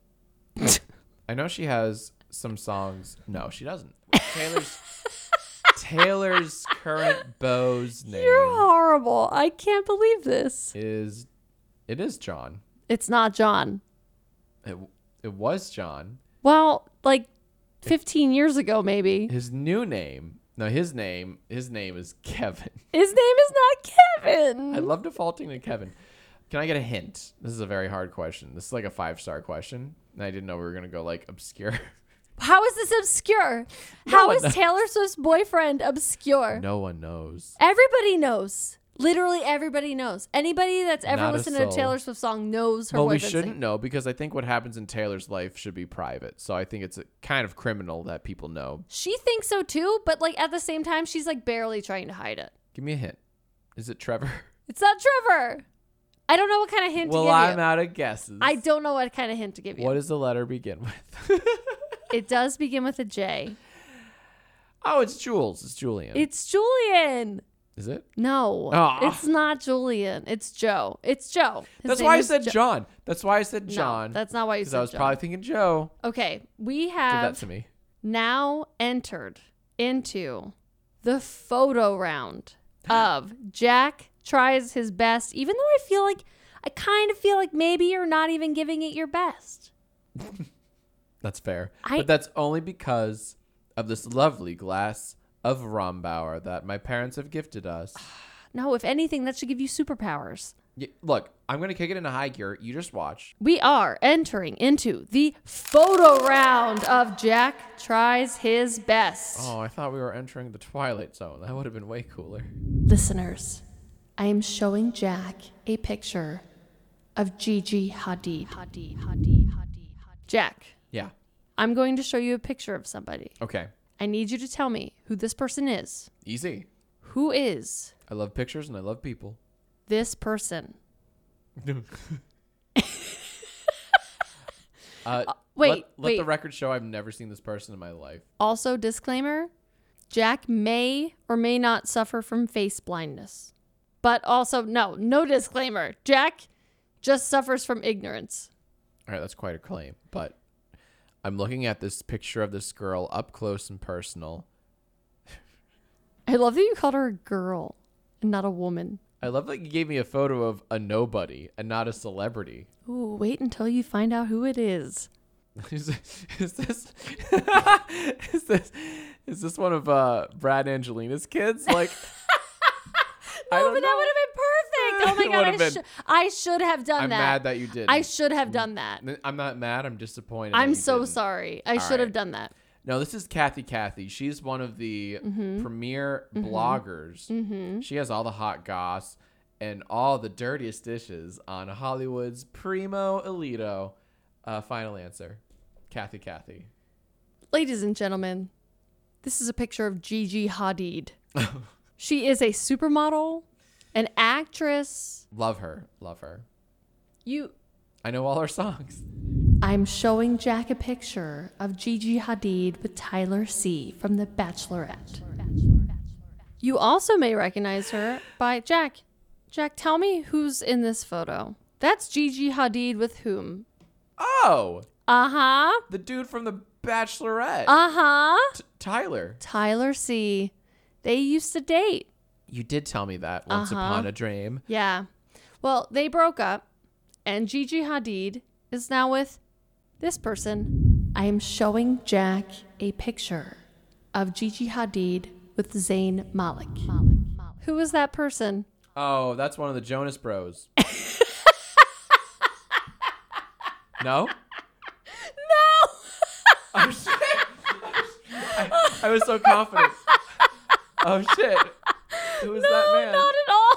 A: I know she has some songs. No, she doesn't. Taylor's. Taylor's current beau's name
B: You're horrible. I can't believe this.
A: is. It is John.
B: It's not John.
A: It, it was John.
B: Well, like 15 years ago maybe.
A: His new name. No, his name. His name is Kevin.
B: His name is not Kevin.
A: I love defaulting to Kevin. Can I get a hint? This is a very hard question. This is like a five star question, and I didn't know we were gonna go like obscure.
B: How is this obscure? How
A: one
B: is
A: knows.
B: Taylor Swift's boyfriend obscure?
A: no one knows.
B: Everybody knows. Literally everybody knows. Anybody that's ever
A: Not a
B: listened to a
A: soul.
B: Taylor Swift song knows her
A: Well, we
B: boyfriend's
A: shouldn't
B: name.
A: know because I think what happens in Taylor's life should be private. So I think it's a kind of criminal that people know.
B: She thinks so too, but like at the same time, she's like barely trying to hide it.
A: Give me a hint. Is it Trevor?
B: It's not Trevor. I don't know what kind of hint to
A: well,
B: give
A: I'm
B: you.
A: out of guesses.
B: I don't know what kind of hint to give you.
A: What does the letter begin with?
B: It does begin with a J.
A: oh, it's Jules. It's Julian.
B: It's Julian.
A: Is it?
B: No,
A: Aw.
B: it's not Julian. It's Joe. It's Joe. His
A: That's
B: name
A: why I
B: is
A: said
B: Jo-
A: John. That's why I said
B: No,
A: John.
B: that's not why you
A: because
B: said
A: I was
B: John.
A: probably thinking Joe.
B: Okay, we
A: Give that
B: have
A: to me.
B: now entered into the photo round of Jack tries his best, even though I feel like I kind of feel like maybe you're not even giving it your best.
A: That's fair.
B: I-
A: but that's only because of this lovely glass of Rombauer that my parents have gifted us.
B: Ah. No, if anything, that should give you superpowers.
A: Y- Look, I'm going to kick it into high gear. You just watch.
B: We are entering into the photo round of Jack tries his best.
A: Oh, I thought we were entering the Twilight Zone. That would have been way cooler.
B: Listeners, I am showing Jack a picture of Gigi Hadid. Hadid, Hadid, Hadid. Jack,
A: Yeah.
B: I'm going to show you a picture of somebody.
A: Okay.
B: I need you to tell me who this person is.
A: Easy.
B: Who is
A: I love pictures and I love people.
B: this person?
A: Uh,
B: wait,
A: let, let
B: wait.
A: the record show I've never seen this person in my life.
B: Also, disclaimer Jack may or may not suffer from face blindness. But also, no, no disclaimer. Jack just suffers from ignorance.
A: All right, that's quite a claim, but I'm looking at this picture of this girl up close and personal.
B: I love that you called her a girl and not a woman.
A: I love that you gave me a photo of a nobody and not a celebrity.
B: Ooh, wait until you find out who it is.
A: Is, is this is this is this one of uh, Brad Angelina's kids? Like, I
B: Oh,
A: don't
B: but
A: know.
B: that perfect. Oh my
A: It
B: god, I,
A: would've been-
B: sh- I should have done
A: I'm
B: that.
A: mad that you did.
B: I should have done that.
A: I'm not mad. I'm disappointed. that
B: I'm
A: you
B: so
A: didn't.
B: sorry. I should have
A: right.
B: done that.
A: No, this is Kathy. Kathy. She's one of the
B: Mm-hmm.
A: premier bloggers. She has all the hot goss and all the dirtiest dishes on Hollywood's primo elito. Uh, final answer, Kathy. Kathy.
B: Ladies and gentlemen, this is a picture of Gigi Hadid. she is a supermodel, an actress.
A: Love her. Love her.
B: You
A: I know all her songs.
B: I'm showing Jack a picture of Gigi Hadid with Tyler C from The Bachelorette. You also may recognize her by Jack. Jack, tell me who's in this photo. That's Gigi Hadid with whom?
A: Oh,
B: Uh-huh.
A: the dude from The Bachelorette,
B: Uh-huh.
A: T- Tyler.
B: Tyler C. They used to date.
A: You did tell me that once
B: Uh-huh.
A: upon a dream.
B: Yeah. Well, they broke up, and Gigi Hadid is now with this person. I am showing Jack a picture of Gigi Hadid with Zayn Malik. Who is that person?
A: Oh, that's one of the Jonas Bros. no?
B: No!
A: Oh shit! I, I was so confident. Oh shit! Who was that man?
B: Not at all.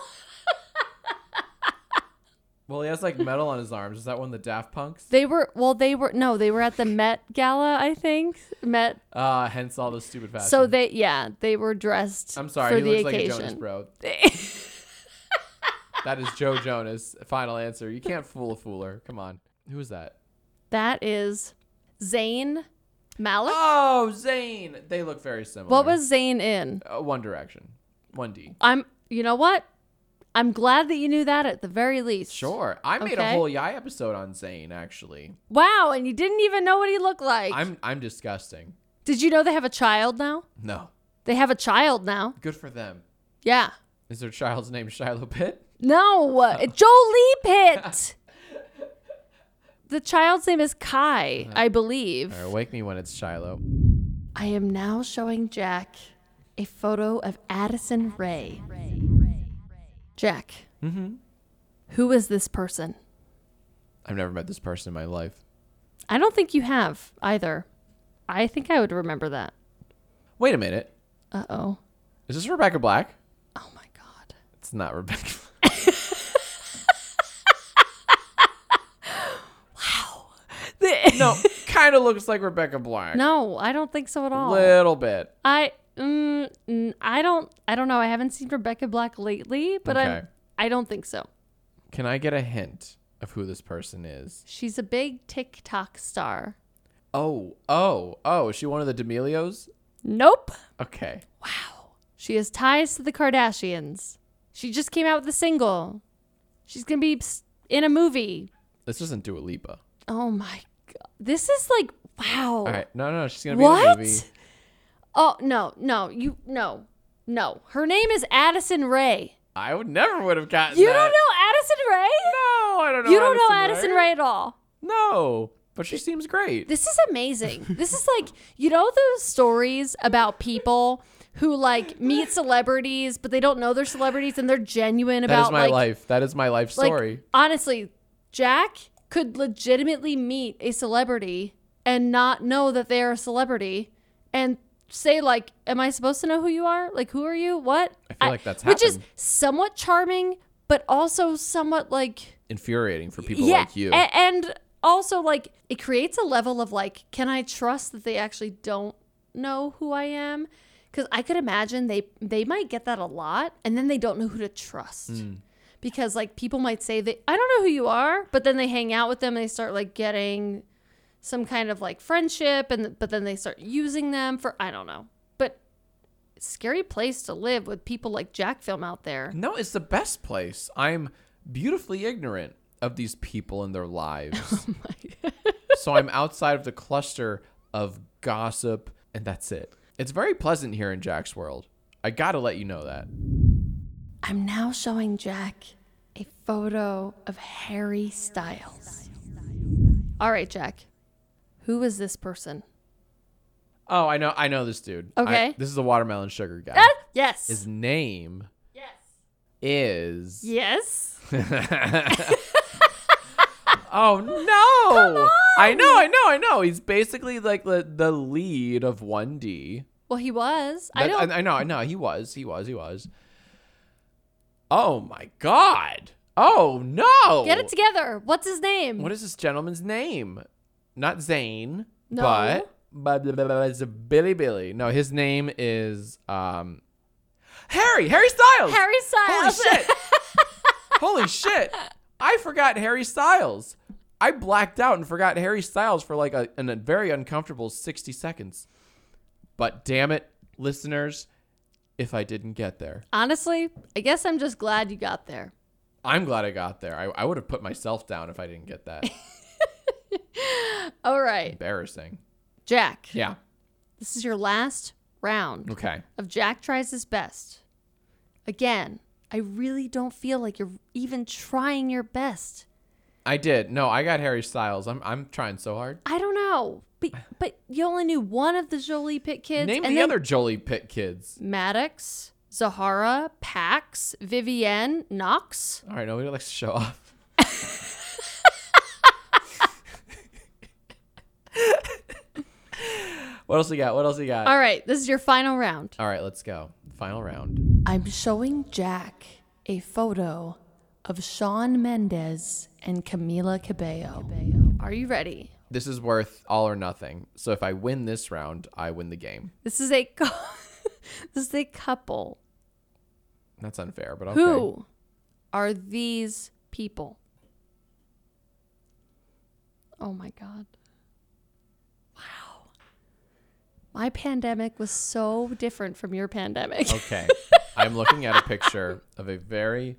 A: well, he has like metal on his arms. Is that one of the Daft Punks?
B: They were, well, they were, no, they were at the Met Gala, I think. Met.
A: Uh, hence all the stupid fashion.
B: So they, yeah, they were dressed
A: I'm sorry,
B: for
A: he
B: the
A: looks
B: occasion.
A: like a Jonas Bro. that is Joe Jonas. Final answer. You can't fool a fooler. Come on. Who is that?
B: That is Zayn Malik.
A: Oh, Zayn. They look very similar.
B: What was Zayn in?
A: uh, One Direction? One D.
B: I'm you know what? I'm glad that you knew that at the very least.
A: Sure. I made a
B: Okay.
A: whole Yai episode on Zayn. Actually,
B: Wow, and you didn't even know what he looked like.
A: I'm I'm disgusting.
B: Did you know they have a child now?
A: No.
B: They have a child now.
A: Good for them.
B: Yeah.
A: Is their child's name Shiloh Pitt?
B: No, uh, Jolie Pitt. the child's name is Kai, I believe.
A: All right, wake me when it's Shiloh.
B: I am now showing Jack a photo of Addison Ray. Jack. Mm-hmm. is this person?
A: I've never met this person in my life.
B: I don't think you have either. I think I would remember that.
A: Wait a minute.
B: Uh oh.
A: Is this Rebecca Black?
B: Oh my God.
A: It's not Rebecca. no, kind of looks like Rebecca Black.
B: no, I don't think so at all.
A: Little bit.
B: I mm, mm, I don't I don't know. I haven't seen Rebecca Black lately, but I
A: Okay.
B: I don't think so.
A: Can I get a hint of who this person is?
B: She's a big TikTok star.
A: Oh, oh, oh, is she one of the D'Amelios?
B: Nope.
A: Okay.
B: She has ties to the Kardashians. She just came out with a single. She's gonna be s- in a movie.
A: This isn't Dua Lipa.
B: Oh my god. This is like wow.
A: All right. No, no, she's going to be
B: What?
A: in the movie.
B: Oh no, no, you no, no. Her name is Addison Ray.
A: I would never would have gotten
B: You
A: that.
B: don't know Addison Ray?
A: No, I don't know.
B: you don't know
A: Addison
B: Addison Ray at all.
A: No, but she seems great.
B: This is amazing. this is like you know those stories about people who like meet celebrities, but they don't know they're celebrities and they're genuine
A: That
B: about
A: is my
B: like
A: life. That is my life
B: like
A: story.
B: honestly, Jack could legitimately meet a celebrity and not know that they are a celebrity and say like am i supposed to know who you are like who are you what
A: I feel like that's
B: which is
A: happened.
B: somewhat charming but also somewhat like
A: Infuriating for people like you.
B: a- and also like it creates a level of like, can I trust that they actually don't know who I am? Because I could imagine they they might get that a lot, and then they don't know who to trust.
A: Hmm.
B: Because like people might say they I don't know who you are, but then they hang out with them and they start like getting some kind of like friendship, and but then they start using them for I don't know. But scary place to live with people like Jack Film out there.
A: no, it's the best place. I'm beautifully ignorant of these people and their lives. so I'm outside of the cluster of gossip, and that's it. It's very pleasant here in Jack's world. I gotta let you know that.
B: I'm now showing Jack a photo of Harry Styles. All right, Jack. Who is this person?
A: Oh, I know, I know this dude. I-
B: Okay.
A: this is the watermelon sugar guy.
B: yes.
A: His name
B: yes.
A: is.
B: Yes.
A: Oh no! I know, I know, I know. He's basically like the, the lead of 1D.
B: Well, he was. I
A: That-
B: don't.
A: I, know, I know. He was, he was, he was. Oh my god! Oh no!
B: get it together. What's his name?
A: What is this gentleman's name? Not Zane,
B: No.
A: but but but- but- but it's a Billy Billy. No, his name is um Harry Harry Styles.
B: Harry
A: Holy
B: Styles.
A: shit! Holy shit! I forgot Harry Styles. I blacked out and forgot Harry Styles for like a, an- a very uncomfortable 60 seconds. But damn it, listeners, if I didn't get there,
B: Honestly, I guess I'm just glad you got there.
A: I'm glad I got there. I, I would have put myself down if I didn't get that.
B: All right,
A: Embarrassing.
B: Jack.
A: Yeah.
B: This is your last round
A: Okay.
B: of Jack tries his best. Again, I really don't feel like you're even trying your best.
A: I did. No, I got Harry Styles. I'm I'm trying so hard.
B: I don't know, but but you only knew one of the Jolie Pitt kids.
A: Name
B: and
A: the
B: then
A: other Jolie Pitt kids.
B: Maddox, Zahara, Pax, Vivienne, Knox.
A: All right, nobody likes to show off. what else we got? What else we got?
B: All right, this is your final round.
A: All right, let's go. Final round.
B: I'm showing Jack a photo of Sean Mendez and Camila Cabello. Are you ready?
A: This is worth all or nothing. So if I win this round, I win the game.
B: This is a cou- this is a couple.
A: That's unfair, but okay.
B: Who are these people? Oh my god. Wow. My pandemic was so different from your pandemic.
A: Okay. I'm looking at a picture of a very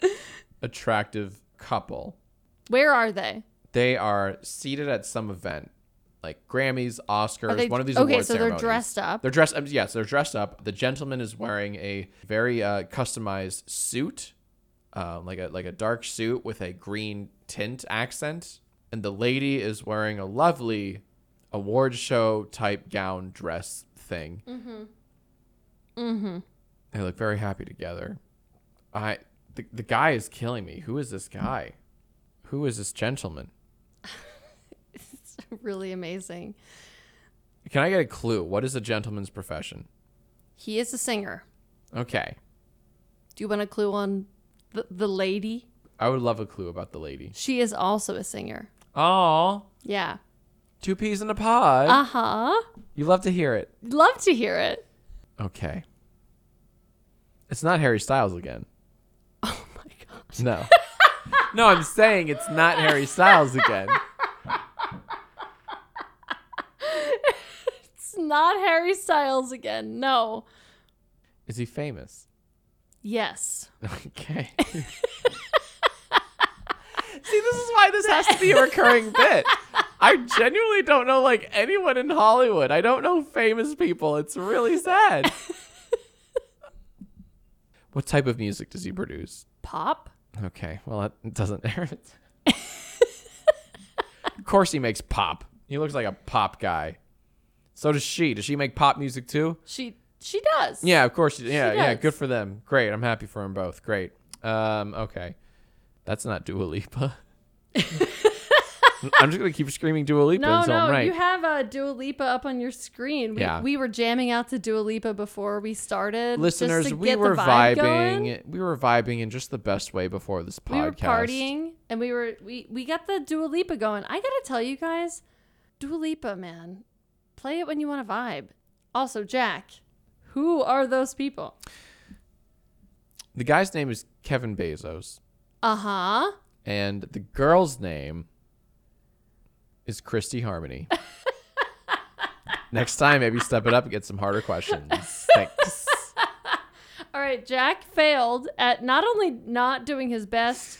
A: attractive couple.
B: Where are they?
A: They are seated at some event, like Grammys, Oscars,
B: Are they
A: one of these
B: Okay,
A: award
B: so
A: ceremonies.
B: they're dressed up.
A: They're dressed. Um, yes, they're dressed up. The gentleman is wearing a very uh, customized suit, um, like a like a dark suit with a green tint accent, and the lady is wearing a lovely award show type gown dress thing. Mm-hmm. Mm-hmm. They look very happy together. I the, the guy is killing me. Who is this guy? Who is this gentleman?
B: really amazing.
A: Can I get a clue? What is a gentleman's profession?
B: He is a singer.
A: Okay.
B: Do you want a clue on the, the lady?
A: I would love a clue about the lady.
B: She is also a singer.
A: Oh,
B: Yeah.
A: two peas in a pod.
B: Uh huh.
A: you love to hear it.
B: Love to hear it.
A: Okay. It's not Harry Styles again.
B: Oh my god.
A: No. no, I'm saying it's not Harry Styles again.
B: It's not Harry Styles again. No.
A: Is he famous?
B: Yes.
A: Okay. See, this is why this has to be a recurring bit. I genuinely don't know like anyone in Hollywood. I don't know famous people. It's really sad. what type of music does he produce?
B: Pop?
A: Okay, well that doesn't of course he makes pop. He looks like a pop guy. So does she. Does she make pop music too?
B: She she does.
A: Yeah, of course. she- Yeah, yeah.
B: does.
A: Good for them. Great. I'm happy for them both. Great. Um, okay, that's not Dua Lipa. I'm just gonna keep screaming Dua Lipa
B: No,
A: until I'm
B: no,
A: right.
B: you have a uh, Dua Lipa up on your screen. We,
A: Yeah.
B: we were jamming out to Dua Lipa before we started. just to
A: Listeners, we
B: get the
A: were vibing.
B: vibe going.
A: We were vibing in just the best way before this podcast.
B: We were partying and we were we we got the Dua Lipa going. I gotta tell you guys, Dua Lipa, man, play it when you want to vibe. Also, Jack, who are those people?
A: The guy's name is Kevin Bezos,
B: Uh huh.
A: and the girl's name is Christy Harmony. Next time, maybe step it up and get some harder questions. Thanks.
B: All right, Jack failed at not only not doing his best,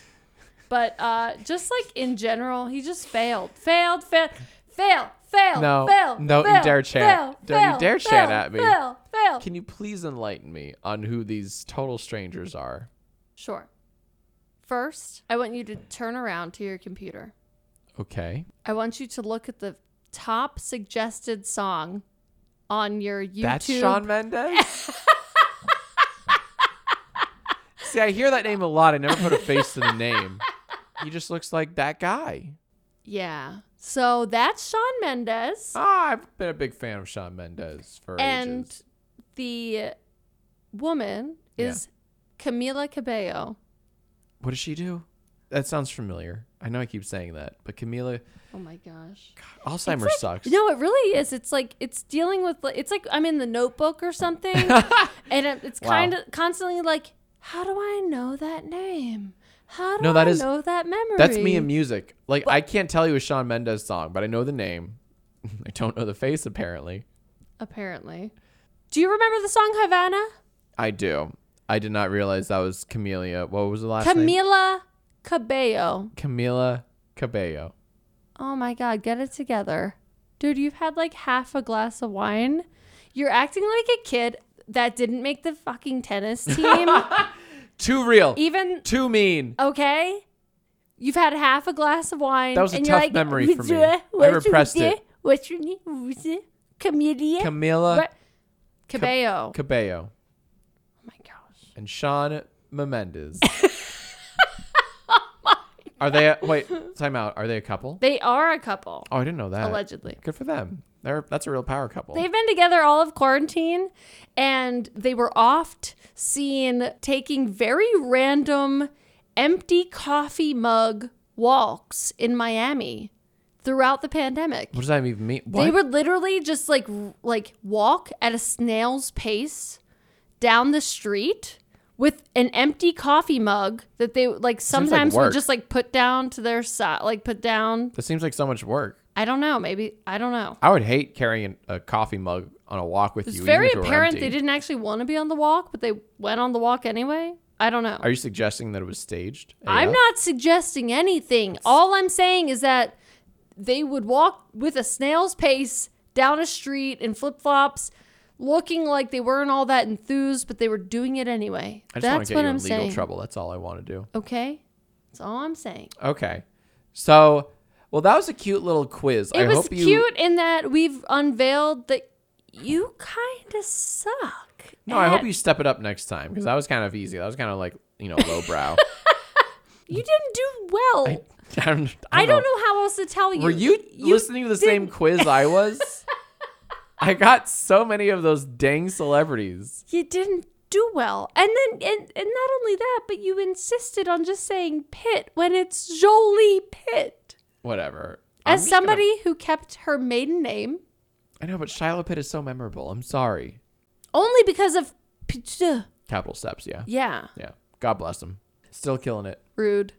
B: but uh, just like in general, he just failed, failed, failed, fail, fail,
A: No.
B: fail.
A: Don't you
B: fail,
A: dare chant.
B: fail,
A: Don't you
B: fail,
A: dare chant
B: fail,
A: at me.
B: Fail, fail.
A: Can you please enlighten me on who these total strangers are?
B: Sure. First, I want you to turn around to your computer.
A: Okay.
B: I want you to look at the top suggested song on your YouTube.
A: That's Sean Mendes? See, I hear that name a lot. I never put a face to the name. He just looks like that guy.
B: Yeah. So that's Sean Mendes
A: Ah, I've been a big fan of Sean Mendez for
B: and
A: ages.
B: the woman is Camila Cabello.
A: What does she do? That sounds familiar. I know I keep saying that, but Camila
B: Oh my gosh.
A: Alzheimer's sucks.
B: No, it really is. It's like it's dealing with like- it's like I'm in the notebook or something and it, it's
A: Wow.
B: kind of constantly like how do I know that name? How do
A: No, that
B: I
A: is-
B: know that memory?
A: That's me in music. Like I can't tell you a Sean Mendez song, but I know the name. I don't know the face apparently.
B: apparently. Do you remember the song Havana?
A: I do. I did not realize that was Camelia. What was the last name?
B: Camila Cabello.
A: Camila Cabello.
B: Oh my God, get it together. Dude, you've had like half a glass of wine. You're acting like a kid that didn't make the fucking tennis team.
A: Too real.
B: Even,
A: Too mean.
B: Oh, okay? You've had half a glass of wine.
A: That was a
B: and
A: tough
B: you're like,
A: memory
B: "What's
A: for me.
B: your-
A: I
B: what's your
A: repressed
B: name?
A: it.
B: What's your name? What's it? Camelia?
A: Camila
B: What? Cabello.
A: Cabello
B: oh my gosh.
A: and Sean Mendes.
B: Oh
A: Are they? A, wait, time out. Are they a couple?
B: They are a couple,
A: Oh, I didn't know that.
B: allegedly.
A: Good for them. They're that's a real power couple.
B: They've been together all of quarantine and they were oft seen taking very random empty coffee mug walks in Miami throughout the pandemic.
A: what does that even mean? What?
B: They would literally just like r- like walk at a snail's pace down the street with an empty coffee mug that they like sometimes
A: work.
B: would just like put down to their side, like put down.
A: that seems like so much work.
B: I don't know, maybe I don't know.
A: I would hate carrying a coffee mug on a walk with
B: It's
A: you. even
B: very
A: if it were
B: apparent they
A: empty.
B: didn't actually want to be on the walk, but they went on the walk anyway. I don't know.
A: Are you suggesting that it was staged?
B: I'm
A: AF?
B: not suggesting anything. All I'm saying is that they would walk with a snail's pace down a street in flip flops, looking like they weren't all that enthused, but they were doing it anyway.
A: I just want
B: That's
A: to get
B: what
A: you
B: I'm
A: in legal
B: saying.
A: trouble. That's all I want to do.
B: Okay, that's all I'm saying.
A: Okay. So, well, that was a cute little quiz.
B: It
A: I
B: was
A: hope you.
B: cute in that we've unveiled that you kind of suck.
A: No, I hope
B: at-
A: you step it up next time because that was kind of easy. That was kind of like you know lowbrow.
B: you didn't do well.
A: I, I don't,
B: I don't know how else to tell you.
A: Were you, listening to the same quiz I was? I got so many of those dang celebrities.
B: You didn't do well. And then and, and not only that, but you insisted on just saying Pitt when it's Jolie Pitt.
A: Whatever. I'm
B: As
A: just gonna-
B: somebody who kept her maiden name
A: I know, but Shiloh Pitt is so memorable. I'm sorry.
B: only because of Pitt.
A: Capital steps. Yeah.
B: Yeah.
A: Yeah. God bless him. Still killing it.
B: Rude.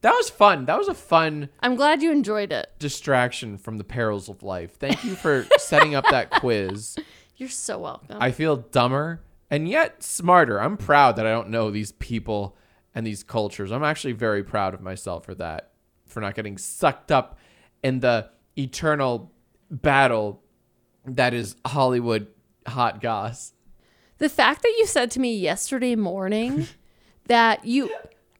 A: That was fun. That was a fun
B: I'm glad you enjoyed it.
A: distraction from the perils of life. Thank you for setting up that quiz.
B: You're so welcome.
A: I feel dumber and yet smarter. I'm proud that I don't know these people and these cultures. I'm actually very proud of myself for that, for not getting sucked up in the eternal battle that is Hollywood hot goss.
B: the fact that you said to me yesterday morning that you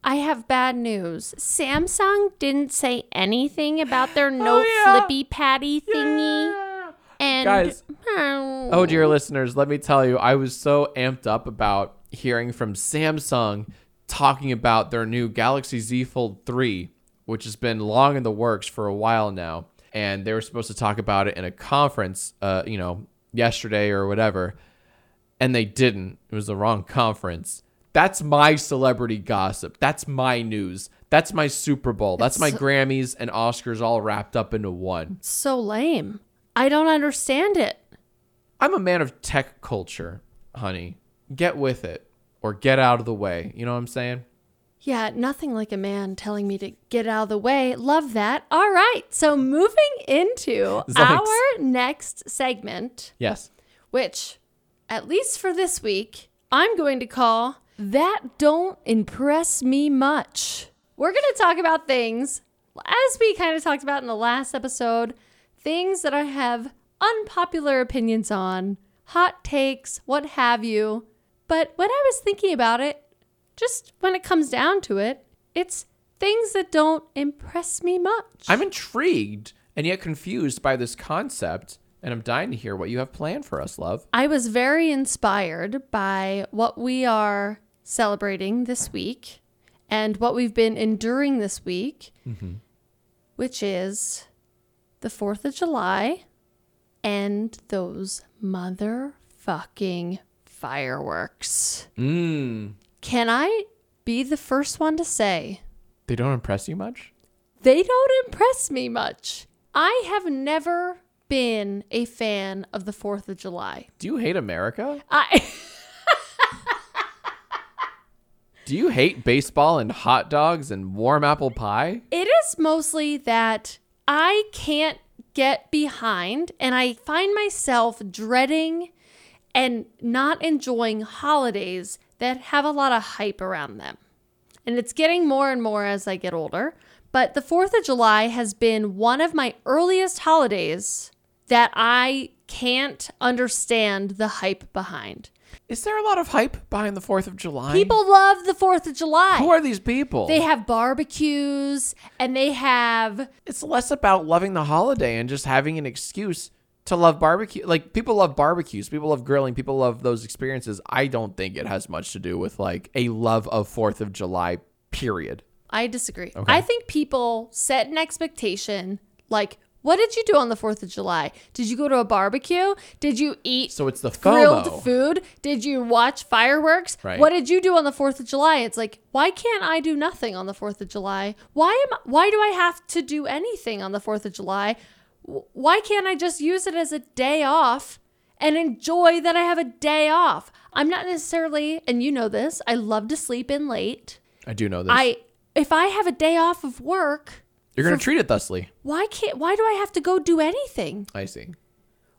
B: I have bad news. Samsung didn't say anything about their no
A: Oh, yeah.
B: flippy patty thingy. And
A: Guys.
B: oh,
A: Oh, dear listeners, let me tell you, I was so amped up about hearing from Samsung talking about their new Galaxy Z Fold 3, which has been long in the works for a while now. And they were supposed to talk about it in a conference, uh, you know, yesterday or whatever. And they didn't. It was the wrong conference. That's my celebrity gossip. That's my news. That's my Super Bowl. That's my Grammys and Oscars all wrapped up into one.
B: so lame. I don't understand it.
A: I'm a man of tech culture, honey. Get with it or get out of the way. You know what I'm saying?
B: Yeah, nothing like a man telling me to get out of the way. Love that. All right. So, moving into
A: Zoinks.
B: our next segment,
A: Yes.
B: which, at least for this week, I'm going to call That Don't Impress Me Much. We're going to talk about things, as we kind of talked about in the last episode, things that I have unpopular opinions on, hot takes, what have you. But when I was thinking about it, just when it comes down to it, it's things that don't impress me much.
A: I'm intrigued and yet confused by this concept, and I'm dying to hear what you have planned for us, love.
B: I was very inspired by what we are celebrating this week and what we've been enduring this week, which is the 4th of July and those motherfucking fireworks.
A: Mm.
B: Can I be the first one to say
A: They don't impress you much?
B: they don't impress me much? I have never been a fan of the 4th of July.
A: Do you hate America?
B: I.
A: Do you hate baseball and hot dogs and warm apple pie?
B: It is mostly that I can't get behind and I find myself dreading and not enjoying holidays that have a lot of hype around them. And it's getting more and more as I get older. But the 4th of July has been one of my earliest holidays that I can't understand the hype behind.
A: Is there a lot of hype behind the 4th of July?
B: People love the 4th of July.
A: Who are these people?
B: they have barbecues and they have
A: it's less about loving the holiday and just having an excuse to love barbecue. Like people love barbecues, people love grilling, people love those experiences. I don't think it has much to do with like a love of 4th of July period.
B: I disagree. I think people set an expectation like, what did you do on the 4th of July? Did you go to a barbecue? Did you eat
A: So it's the
B: grilled
A: FOMO.
B: food? Did you watch fireworks?
A: Right.
B: What did you do on the 4th of July? It's like, why can't I do nothing on the 4th of July? Why am why do I have to do anything on the 4th of July? W- Why can't I just use it as a day off and enjoy that I have a day off? I'm not necessarily, and you know this, I love to sleep in late.
A: I do know this.
B: I if I have a day off of work,
A: You're going to treat it thusly.
B: why can't why do I have to go do anything?
A: I see.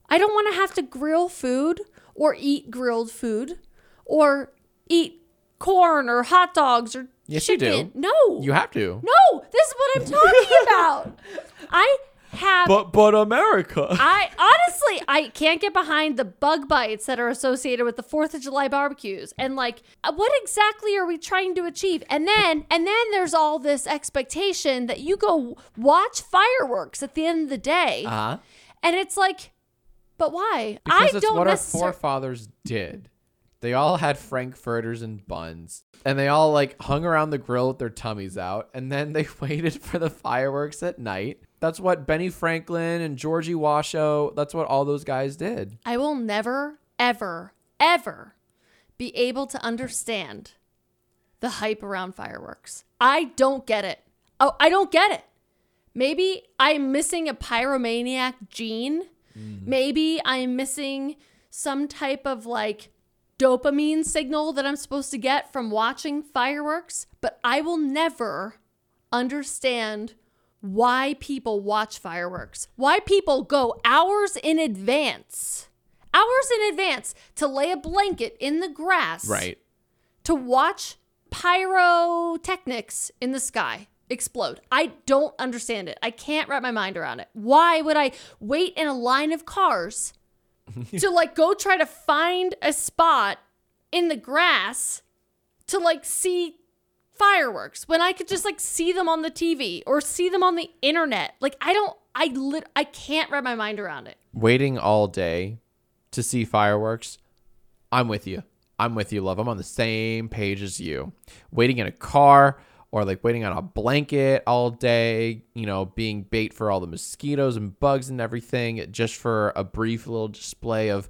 B: I don't want to have to grill food or eat grilled food or eat corn or hot dogs or
A: Yes, you do.
B: chicken. No.
A: You have to.
B: no, this is what I'm talking about. I have
A: But but America.
B: I honestly, I can't get behind the bug bites that are associated with the Fourth of July barbecues, and like, uh, what exactly are we trying to achieve? And then, and then there's all this expectation that you go watch fireworks at the end of the day,
A: Uh-huh.
B: and it's like, but why?
A: Because
B: I
A: it's
B: don't
A: what our
B: necessarily.
A: forefathers did. They all had frankfurters and buns, and they all like hung around the grill with their tummies out, and then they waited for the fireworks at night. That's what Benny Franklin and Georgie Washoe. That's what all those guys did.
B: I will never, ever, ever be able to understand the hype around fireworks. I don't get it. Oh, I don't get it. Maybe I'm missing a pyromaniac gene. Maybe I'm missing some type of like dopamine signal that I'm supposed to get from watching fireworks, but I will never understand why people watch fireworks, why people go hours in advance, hours in advance to lay a blanket in the grass to watch pyrotechnics in the sky explode. I don't understand it. I can't wrap my mind around it. Why would I wait in a line of cars to like go try to find a spot in the grass to like see fireworks when I could just like see them on the TV or see them on the internet? Like I don't I lit I can't wrap my mind around it.
A: Waiting all day to see fireworks. I'm with you. I'm with you, love. I'm on the same page as you. Waiting in a car or like waiting on a blanket all day, you know, being bait for all the mosquitoes and bugs and everything just for a brief little display of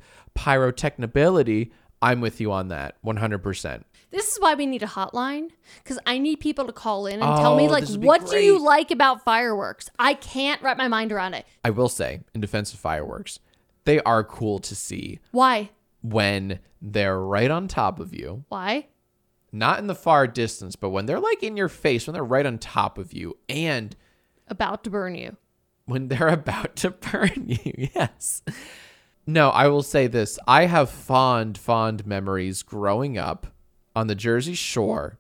A: pyrotechnability. I'm with you on that 100%.
B: This is why we need a hotline because I need people to call in and tell me
A: Oh,
B: like
A: this would be
B: what do you
A: great.
B: like about fireworks? I can't wrap my mind around it.
A: I will say, in defense of fireworks, they are cool to see
B: Why?
A: when they're right on top of you
B: Why?
A: not in the far distance, but when they're like in your face, when they're right on top of you, and
B: About to burn you.
A: when they're about to burn you. Yes. No, I will say this. I have fond, fond memories growing up on the Jersey Shore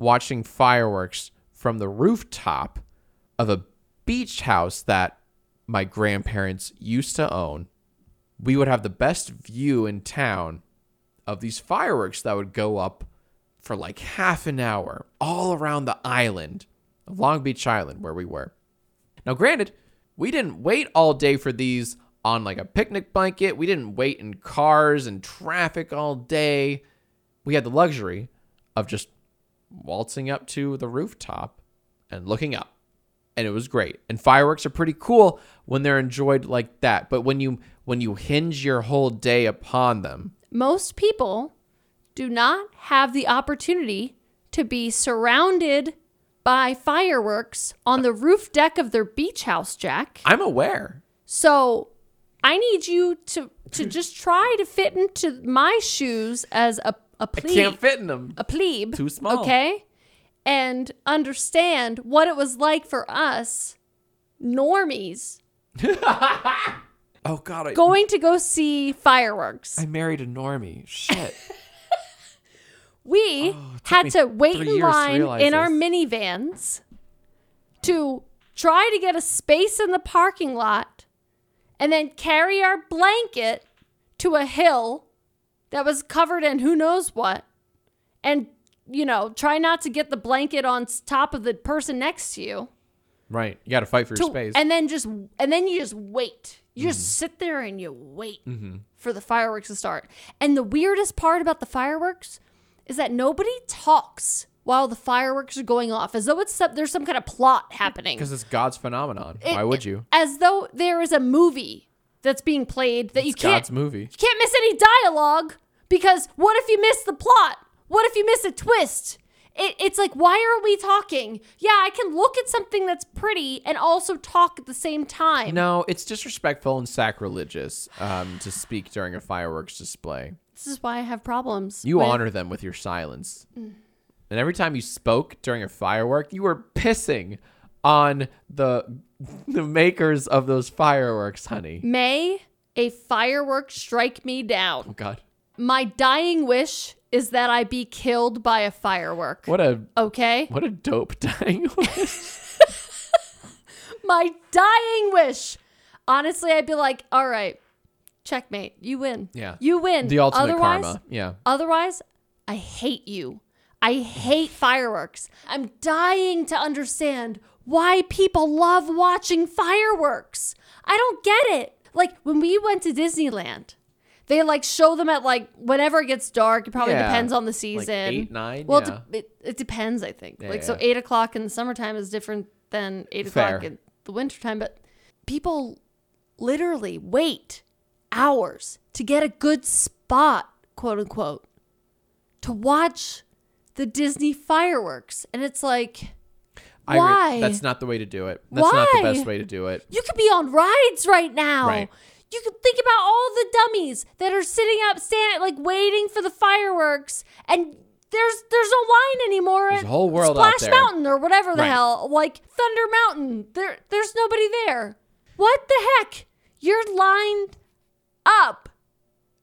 A: watching fireworks from the rooftop of a beach house that my grandparents used to own. We would have the best view in town of these fireworks that would go up for like half an hour all around the island of Long Beach Island where we were. Now, granted, we didn't wait all day for these on like a picnic blanket. We didn't wait in cars and traffic all day. We had the luxury of just waltzing up to the rooftop and looking up. And it was great. And fireworks are pretty cool when they're enjoyed like that. But when you when you hinge your whole day upon them,
B: most people do not have the opportunity to be surrounded by fireworks on the roof deck of their beach house, Jack.
A: I'm aware.
B: So I need you to to just try to fit into my shoes as a a
A: I
B: plebe,
A: can't fit in them.
B: a plebe,
A: Too small.
B: okay, and understand what it was like for us normies
A: Oh god, I,
B: going to go see fireworks.
A: I married a normie. Shit.
B: we
A: Oh, took me
B: had to wait
A: three
B: in
A: years to
B: line
A: realize
B: in our
A: this.
B: minivans to try to get a space in the parking lot and then carry our blanket to a hill that was covered in who knows what and you know try not to get the blanket on s- top of the person next to you
A: right. You got to fight for your
B: to-
A: space. Mm-hmm.
B: and then just and then you just wait. You just sit there and you wait for the fireworks to start. And the weirdest part about the fireworks is that nobody talks while the fireworks are going off, as though it's some, there's some kind of plot happening.
A: Because it's God's phenomenon.
B: It-
A: Why would you?
B: As though there is a movie that's being played that you
A: It's
B: can't
A: God's movie.
B: you can't miss any dialogue because what if you miss the plot? What if you miss a twist? It, it's like, why aren't we talking? Yeah, I can look at something that's pretty and also talk at the same time.
A: No, it's disrespectful and sacrilegious um, to speak during a fireworks display.
B: This is why I have problems.
A: You
B: with-
A: honor them with your silence.
B: mm.
A: And every time you spoke during a firework, you were pissing on the the makers of those fireworks, honey.
B: May a firework strike me
A: Oh
B: down.
A: God,
B: My dying wish is that I be killed by a firework.
A: what a
B: Okay?
A: what a dope dying wish.
B: My dying wish. Honestly, I'd be like, all right, checkmate. You win.
A: Yeah.
B: You win.
A: the ultimate
B: Otherwise,
A: karma. Yeah,
B: Otherwise, I hate you. I hate fireworks. I'm dying to understand why people love watching fireworks. I don't get it. Like when we went to Disneyland, they like show them at like whenever it gets dark. It probably
A: Yeah.
B: depends on the
A: like
B: season.
A: eight nine.
B: Well,
A: yeah.
B: it, de- it, it depends. I think like so
A: yeah.
B: eight o'clock in the summertime is different than eight o'clock
A: Fair.
B: in the wintertime. But people literally wait hours to get a good spot, quote unquote, to watch the Disney fireworks, and it's like
A: I re-
B: why?
A: that's not the way to do it. That's not the
B: Why?
A: best way to do it.
B: you could be on rides right now.
A: Right.
B: You could think about all the dummies that are sitting up, stand like waiting for the fireworks, and there's there's no line anymore.
A: There's
B: at
A: a whole world
B: Splash
A: out there.
B: Mountain or whatever the
A: Right.
B: hell, like Thunder Mountain. There there's nobody there. What the heck? You're lined up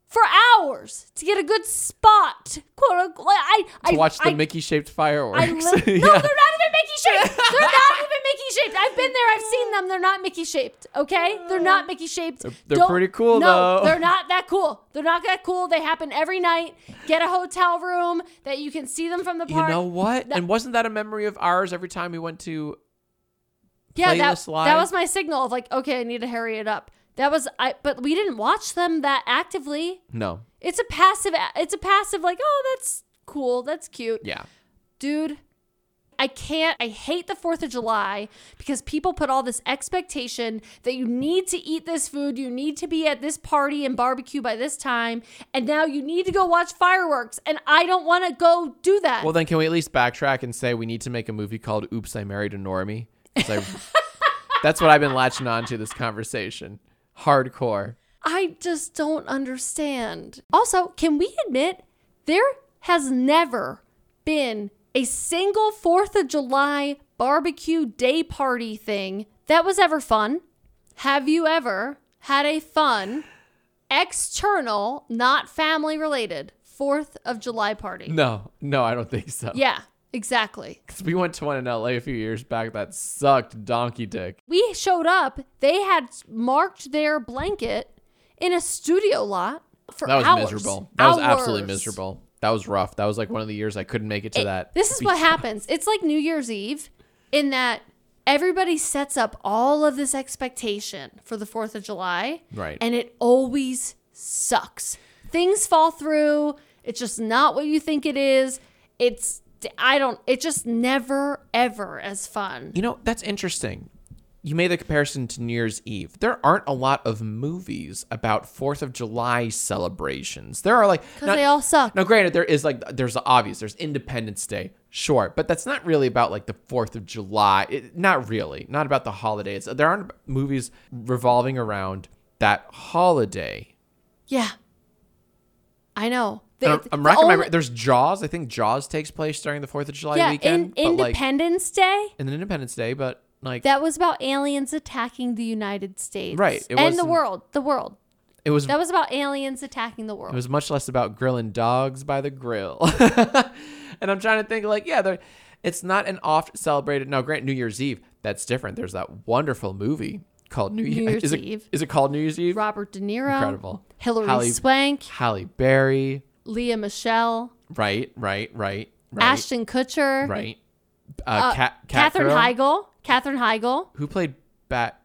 B: for hours to get a good spot, quote unquote. I
A: To
B: I
A: watch the
B: I,
A: Mickey shaped
B: I
A: fireworks.
B: li- no, they're
A: Yeah.
B: not even Mickey shaped. They're not even Mickey shaped. I've been there. I've seen them. They're not Mickey shaped. Okay, they're not Mickey shaped.
A: Uh, they're pretty cool,
B: no,
A: though.
B: they're not that cool. They're not that cool. They happen every night. Get a hotel room that you can see them from the
A: You
B: park.
A: know what? and wasn't that a memory of ours every time we went to
B: yeah, that,
A: Playlist Live?
B: that was my signal of like, okay, I need to hurry it up. That was I, but we didn't watch them that actively.
A: No.
B: It's a passive. It's a passive like, oh, that's cool. That's cute.
A: Yeah.
B: dude i can't i hate the fourth of july because people put all this expectation that you need to eat this food you need to be at this party and barbecue by this time and now you need to go watch fireworks and i don't want to go do that
A: Well then can we at least backtrack and say we need to make a movie called Oops I Married a Normie? 'Cause I- that's what I've been latching on to this conversation. Hardcore.
B: i just don't understand also can we admit there has never been a single fourth of july barbecue day party thing that was ever fun Have you ever had a fun, external, not family related, 4th of July party?
A: No, no, I don't think so.
B: Yeah, exactly.
A: 'Cause we went to one in LA a few years back that sucked donkey dick.
B: We showed up, they had marked their blanket in a studio lot for
A: That was
B: hours.
A: miserable. That was absolutely
B: Hours.
A: miserable. That was rough. That was like one of the years I couldn't make it to that.
B: This is what happens. It's like New Year's Eve in that everybody sets up all of this expectation for the 4th of July.
A: Right.
B: And it always sucks. Things fall through. It's just not what you think it is. it's I don't it just never ever as fun.
A: You know, that's interesting. You made the comparison to New Year's Eve. There aren't a lot of movies about Fourth of July celebrations. There are like
B: Because they all suck.
A: Now, granted, there is like there's the obvious. There's Independence Day, sure, but that's not really about like the Fourth of July. It, not really. Not about the holiday. It's, there aren't movies revolving around that holiday.
B: Yeah. I know. The-
A: And I'm, I'm
B: the
A: racking my.
B: only-
A: bra- There's Jaws. I think Jaws takes place during the Fourth of July
B: yeah,
A: weekend.
B: in
A: but, like,
B: Independence Day.
A: and then Independence Day, but like
B: That was about aliens attacking the United States.
A: Right, it
B: and the
A: wasn't-
B: world. The world.
A: it was
B: That was about aliens attacking the world.
A: It was much less about grilling dogs by the grill. and I'm trying to think like, yeah, there it's not an oft celebrated now grant New Year's Eve, that's different. There's that wonderful movie called New, Year-
B: Year's
A: is it,
B: Eve.
A: Is it called New Year's Eve?
B: Robert De Niro.
A: Incredible.
B: Hillary
A: Halle-
B: Swank.
A: Halle Berry.
B: Leah Michelle.
A: Right, right, right, right.
B: Ashton Kutcher.
A: right. Uh,
B: uh,
A: Ca-
B: Catherine
A: Cathro,
B: Heigl. Catherine Heigl.
A: Who played Bat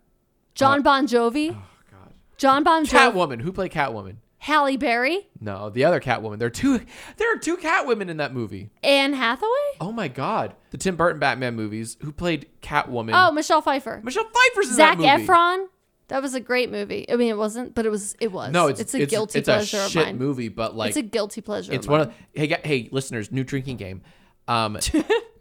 B: John Bon Jovi.
A: Oh god.
B: John Bon Jovi.
A: Catwoman. Who played Catwoman?
B: Halle Berry.
A: No, the other Catwoman. There are two there are two Catwomen in that movie.
B: Anne Hathaway.
A: Oh my god. The Tim Burton Batman movies. Who played Catwoman?
B: Oh, Michelle Pfeiffer.
A: Michelle Pfeiffer's in
B: Zach
A: that movie.
B: Efron. That was a great movie. I mean, it wasn't, but it was. It was.
A: No, it's
B: it's a guilty
A: it's
B: pleasure
A: a
B: of
A: shit
B: mine.
A: movie, but like
B: it's a guilty pleasure.
A: it's
B: of
A: one
B: mine.
A: of hey gu- hey listeners, new drinking game. Um,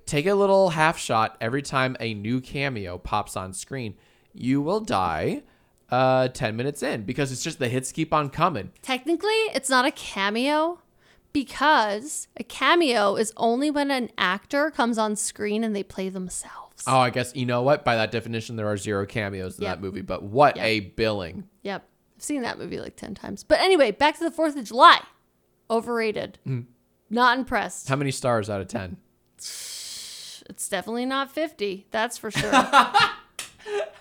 A: take a little half shot every time a new cameo pops on screen. You will die uh 10 minutes in because it's just the hits keep on coming.
B: Technically, it's not a cameo because a cameo is only when an actor comes on screen and they play themselves.
A: Oh, I guess you know what? By that definition, there are zero cameos in
B: Yep.
A: that movie, but what a billing.
B: Yep. I've seen that movie like 10 times. But anyway, back to the 4th of July. Overrated. Not impressed.
A: Hmm. How many stars out of 10?
B: It's definitely not 50. That's for sure.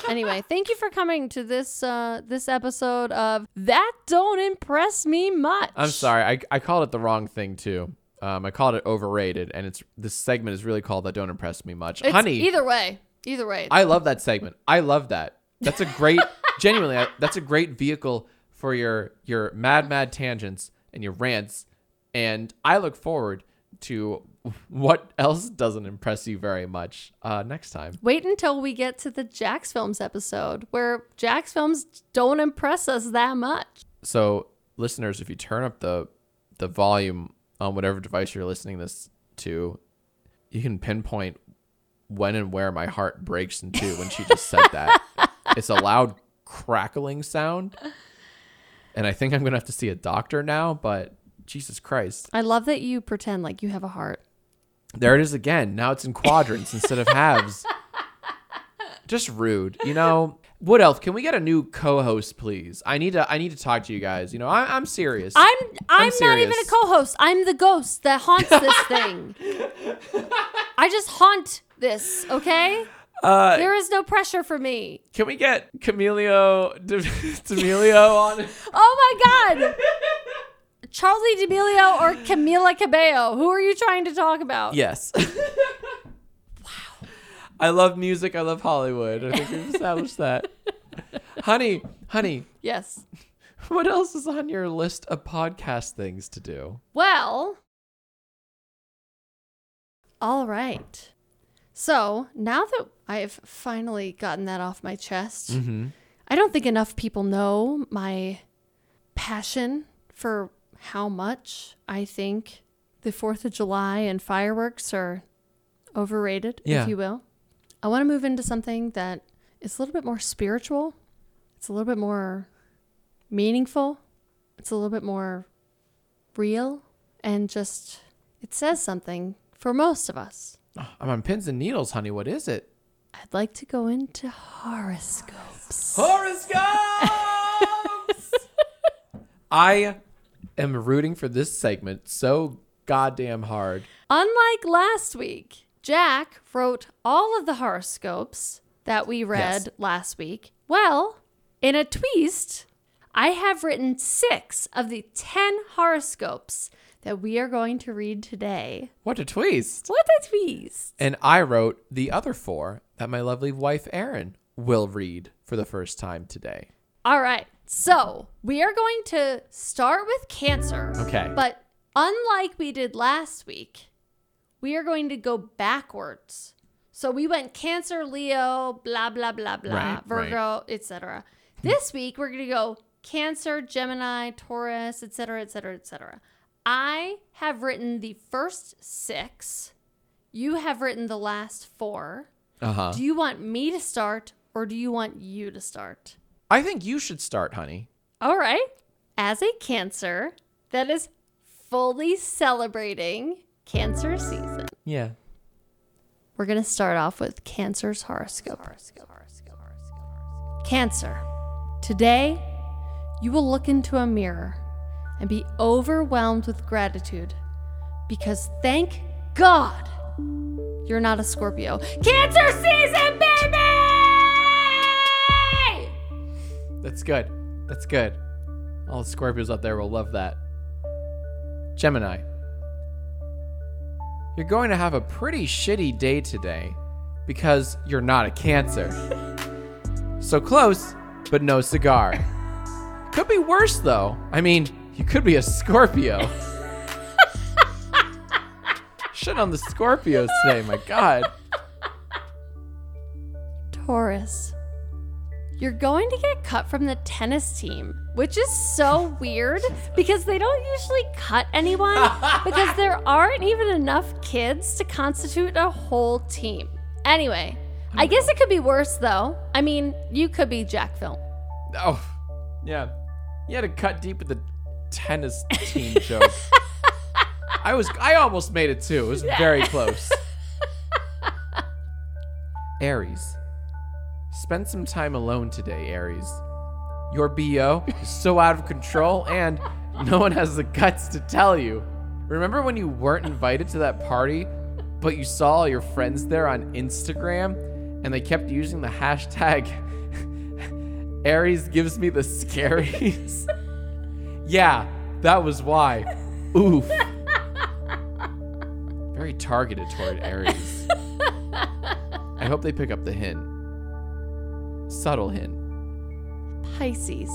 B: anyway, thank you for coming to this uh this episode of That Don't Impress Me Much.
A: I'm sorry. I, I called it the wrong thing too. Um, I called it overrated, and it's this segment is really called "That Don't Impress Me Much."
B: It's
A: Honey,
B: Either way. Either way.
A: I love that segment. I love that. That's a great, genuinely, I, that's a great vehicle for your your mad mad tangents and your rants. And I look forward to what else doesn't impress you very much uh, next time.
B: Wait until we get to the Jax Films episode where Jax Films don't impress us that much.
A: So, listeners, if you turn up the the volume on whatever device you're listening this to, you can pinpoint when and where my heart breaks in two when she just said that. It's a loud crackling sound. And I think I'm going to have to see a doctor now, but Jesus Christ.
B: I love that you pretend like you have a heart.
A: There it is again. Now it's in quadrants instead of halves. Just rude, you know. What else? Can we get a new co-host, please? I need to. I need to talk to you guys. You know, I, I'm serious.
B: I'm I'm, not even a
A: serious.
B: co-host. I'm the ghost that haunts this thing. I just haunt this, okay?
A: Uh,
B: there is no pressure for me.
A: Can we get Camilio D- D'Amelio on?
B: Oh my god. Charlie D'Amelio or Camila Cabello? Who are you trying to talk about?
A: Yes. wow. I love music. I love Hollywood. I think we've established that. honey, honey,
B: Yes.
A: what else is on your list of podcast things to do?
B: Well, all right. So now that I have finally gotten that off my chest,
A: Mm-hmm.
B: I don't think enough people know my passion for how much I think the 4th of July and fireworks are overrated,
A: Yeah.
B: if you will. I want to move into something that is a little bit more spiritual, it's a little bit more meaningful, it's a little bit more real, and just it says something for most of us.
A: I'm on pins and needles, honey. What is it?
B: I'd like to go into horoscopes.
A: Horoscopes! I am rooting for this segment so goddamn hard.
B: Unlike last week, Jack wrote all of the horoscopes that we read
A: Yes.
B: last week. Well, in a twist, I have written six of the 10 horoscopes that we are going to read today.
A: What a twist.
B: What a twist!
A: And I wrote the other four that my lovely wife Erin will read for the first time today.
B: All right, so we are going to start with Cancer.
A: Okay.
B: But unlike we did last week, we are going to go backwards. So we went Cancer, Leo, blah blah blah blah,
A: Right,
B: Virgo, etc. This week we're going to go Cancer, Gemini, Taurus, etc., etc., etc. I have written the first 6. You have written the last 4.
A: Uh huh.
B: Do you want me to start or do you want you to start?
A: I think you should start, honey.
B: All right. As a Cancer that is fully celebrating Cancer season,
A: Yeah.
B: we're going to start off with Cancer's horoscope. Cancer, today you will look into a mirror and be overwhelmed with gratitude because thank God you're not a Scorpio. Cancer season, baby!
A: That's good. That's good. All the Scorpios out there will love that. Gemini. You're going to have a pretty shitty day today because you're not a Cancer. so close, but no cigar. Could be worse, though. I mean, you could be a Scorpio. Shit on the Scorpios today, my god.
B: Taurus, you're going to get cut from the tennis team, which is so weird because they don't usually cut anyone because there aren't even enough kids to constitute a whole team. Anyway, I guess it could be worse though. I mean, you could be Jack Film.
A: Oh, yeah. You had to cut deep with the tennis team joke. I was, I almost made it too. It was very close. Aries, spend some time alone today, Aries. Your BO is so out of control, and no one has the guts to tell you. Remember when you weren't invited to that party, but you saw all your friends there on Instagram, and they kept using the hashtag Aries gives me the scaries. yeah, that was why. Oof. Very targeted toward Aries. I hope they pick up the hint. Subtle hint.
B: Pisces.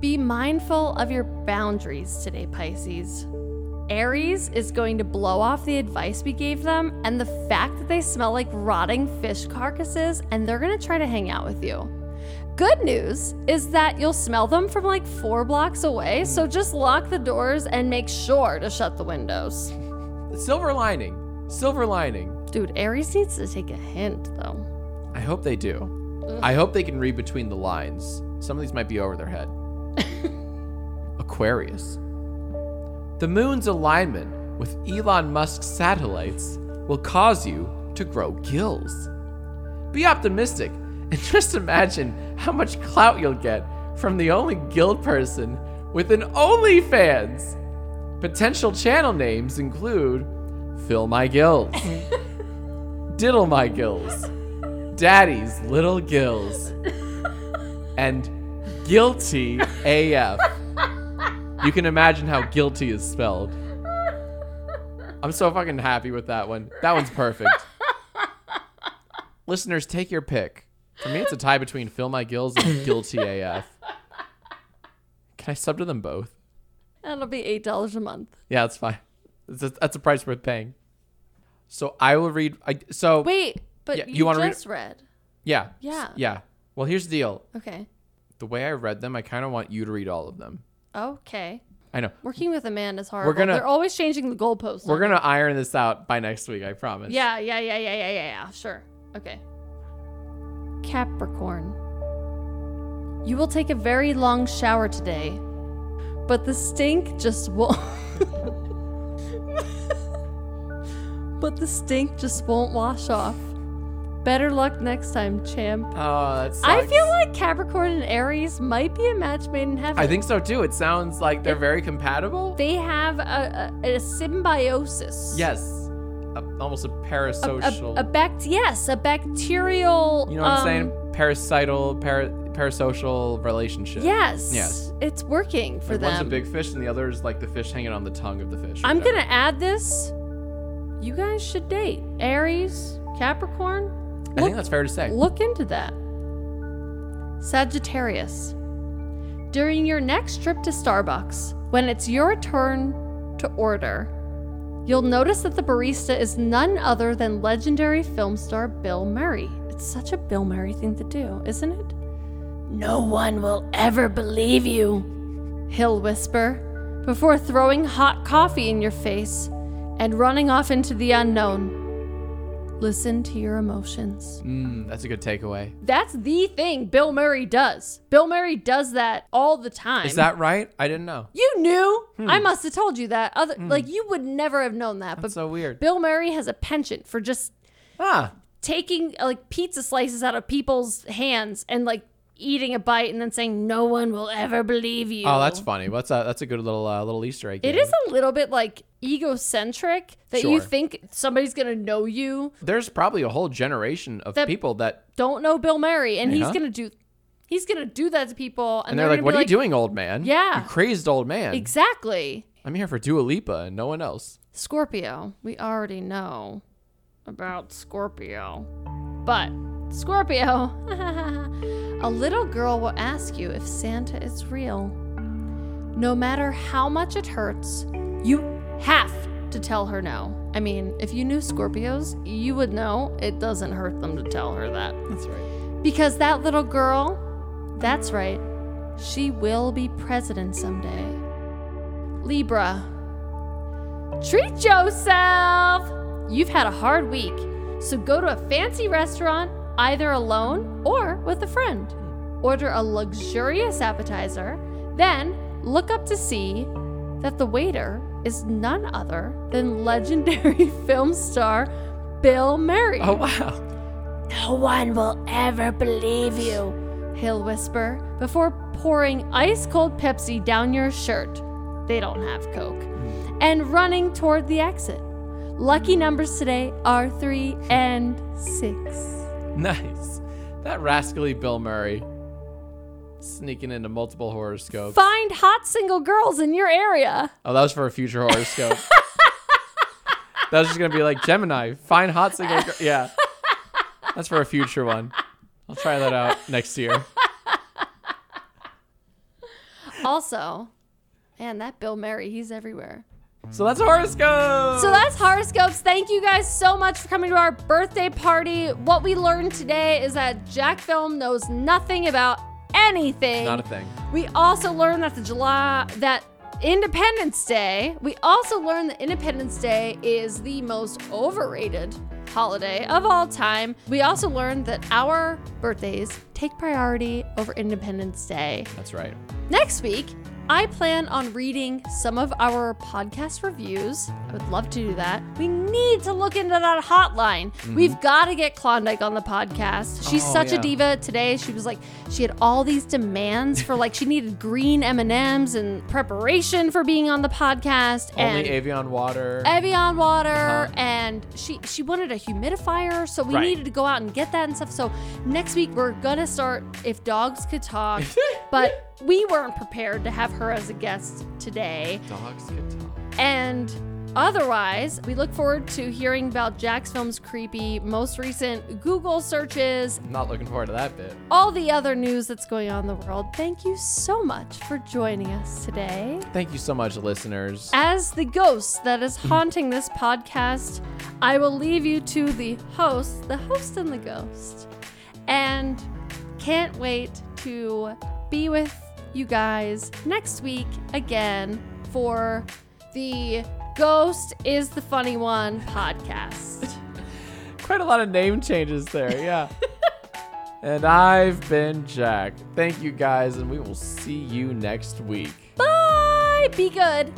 B: Be mindful of your boundaries today, Pisces. Aries is going to blow off the advice we gave them and the fact that they smell like rotting fish carcasses, and they're going to try to hang out with you. Good news is that you'll smell them from like four blocks away, so just lock the doors and make sure to shut the windows.
A: Silver lining. Silver lining.
B: Dude, Aries needs to take a hint though.
A: I hope they do. I hope they can read between the lines. Some of these might be over their head. Aquarius. The moon's alignment with Elon Musk's satellites will cause you to grow gills. Be optimistic and just imagine how much clout you'll get from the only guild person with an OnlyFans. Potential channel names include Fill My Gills, Diddle My Gills, Daddy's Little Gills, and Guilty AF. You can imagine how guilty is spelled. I'm so fucking happy with that one. That one's perfect. Listeners, take your pick. For me, it's a tie between Fill My Gills and Guilty AF. Can I sub to them both?
B: That'll be $8 a month.
A: Yeah, that's fine. That's a, that's a price worth paying. So I will read. I, so
B: Wait, but
A: Yeah, you
B: you,
A: wanna read-
B: just read.
A: yeah,
B: Yeah.
A: yeah. Well, here's the deal.
B: Okay.
A: The way I read them, I kind of want you to read all of them.
B: Okay.
A: I know
B: Working with a man is horrible.
A: gonna-
B: They're always changing the goalposts.
A: we're gonna iron this out by next week. I promise.
B: Yeah, yeah, yeah, yeah, yeah, yeah, yeah. Sure. Okay. Capricorn. You will take a very long shower today, but the stink just won't. but the stink just won't wash off. Better luck next time, champ.
A: Oh, that's.
B: I feel like Capricorn and Aries might be a match made in heaven.
A: I think so too. It sounds like they're very compatible.
B: they have a, a, a symbiosis.
A: yes, a, almost a
B: a, a-
A: parasocial.
B: a bact yes, a bacterial.
A: you know what I'm
B: um,
A: saying? Parasital, para, parasocial relationship.
B: Yes.
A: Yes.
B: It's working for
A: Like
B: them.
A: one's a big fish and the other is like the fish hanging on the tongue of the fish. or
B: I'm
A: whatever.
B: gonna add this. You guys should date Aries, Capricorn.
A: I
B: Look,
A: think that's fair to say.
B: look into that. Sagittarius. During your next trip to Starbucks, when it's your turn to order, You'll notice that the barista is none other than legendary film star Bill Murray. It's such a Bill Murray thing to do, isn't it? No one will ever believe you, he'll whisper before throwing hot coffee in your face and running off into the unknown. Listen to your emotions.
A: Mm, that's a good takeaway.
B: That's the thing Bill Murray does. Bill Murray does that all the time.
A: Is that Hmm. right? I didn't know.
B: you knew? I must have told you that. Other like you would never have known that, but
A: Hmm. That's so weird.
B: Bill Murray has a penchant for just
A: Ah,
B: taking like pizza slices out of people's hands and like eating a bite and then saying no one will ever believe you.
A: oh, that's funny. What's that? That's a good little uh, little Easter egg.
B: It
A: game.
B: is a little bit like egocentric that you
A: Sure.
B: think somebody's going to know you,
A: There's probably a whole generation of
B: That-
A: people that
B: don't know Bill Murray and he's
A: Yeah.
B: going to do he's going to do that to people and,
A: Uh-huh. and they're like,
B: gonna
A: "What
B: be
A: are you doing, old man?
B: Yeah.
A: you crazed old man.
B: Exactly.
A: I'm here for Dua Lipa and no one else."
B: Scorpio. We already know about Scorpio. But Scorpio, a little girl will ask you if Santa is real. No matter how much it hurts, you have to tell her no. I mean, if you knew Scorpios, you would know it doesn't hurt them to tell her that.
A: That's right.
B: Because that little girl, that's right, she will be president someday. Libra, treat yourself! You've had a hard week, so go to a fancy restaurant either alone or with a friend. Order a luxurious appetizer, then look up to see that the waiter is none other than legendary film star Bill Murray.
A: Oh wow.
B: No one will ever believe you, he'll whisper before pouring ice cold Pepsi down your shirt. They don't have Coke. And running toward the exit. Lucky numbers today are three and six.
A: Nice. That rascally Bill Murray sneaking into multiple horoscopes.
B: Find hot single girls in your area.
A: Oh, that was for a future horoscope. that was just gonna be like Gemini, find hot single. Gr-. Yeah, that's for a future one. I'll try that out next year.
B: Also, man, that Bill Murray, he's everywhere.
A: So that's horoscope.
B: So that's horoscopes. Thank you guys so much for coming to our birthday party. What we learned today is that Jack Film knows nothing about anything.
A: not a thing.
B: We also learned that the July that Independence Day. We also learned that Independence Day is the most overrated holiday of all time. We also learned that our birthdays take priority over Independence Day.
A: That's right.
B: Next week, I plan on reading some of our podcast reviews. I would love to do that. We need to look into that hotline. We've got to get Klondike on the podcast. She's
A: Mm-hmm. Oh,
B: such a
A: yeah.
B: diva today. She was like she had all these demands for like she needed green M&Ms and preparation for being on the podcast and
A: Only Avion Water.
B: Evian water,
A: Uh-huh.
B: and she she wanted a humidifier, so we
A: Right.
B: needed to go out and get that and stuff. So next week we're gonna start if dogs could talk, but we weren't prepared to have her as a guest today.
A: Dogs can talk.
B: And otherwise, we look forward to hearing about Jack's film's creepy most recent Google searches,
A: I'm not looking forward to that bit.
B: all the other news that's going on in the world. Thank you so much for joining us today.
A: Thank you so much, listeners.
B: As the ghost that is haunting this podcast, I will leave you to the host, the host and the ghost. And can't wait to be with you guys next week again for the Ghost is the Funny One podcast.
A: Quite a lot of name changes there. Yeah. and I've been Jack. Thank you guys, and we will see you next week.
B: Bye! Be good.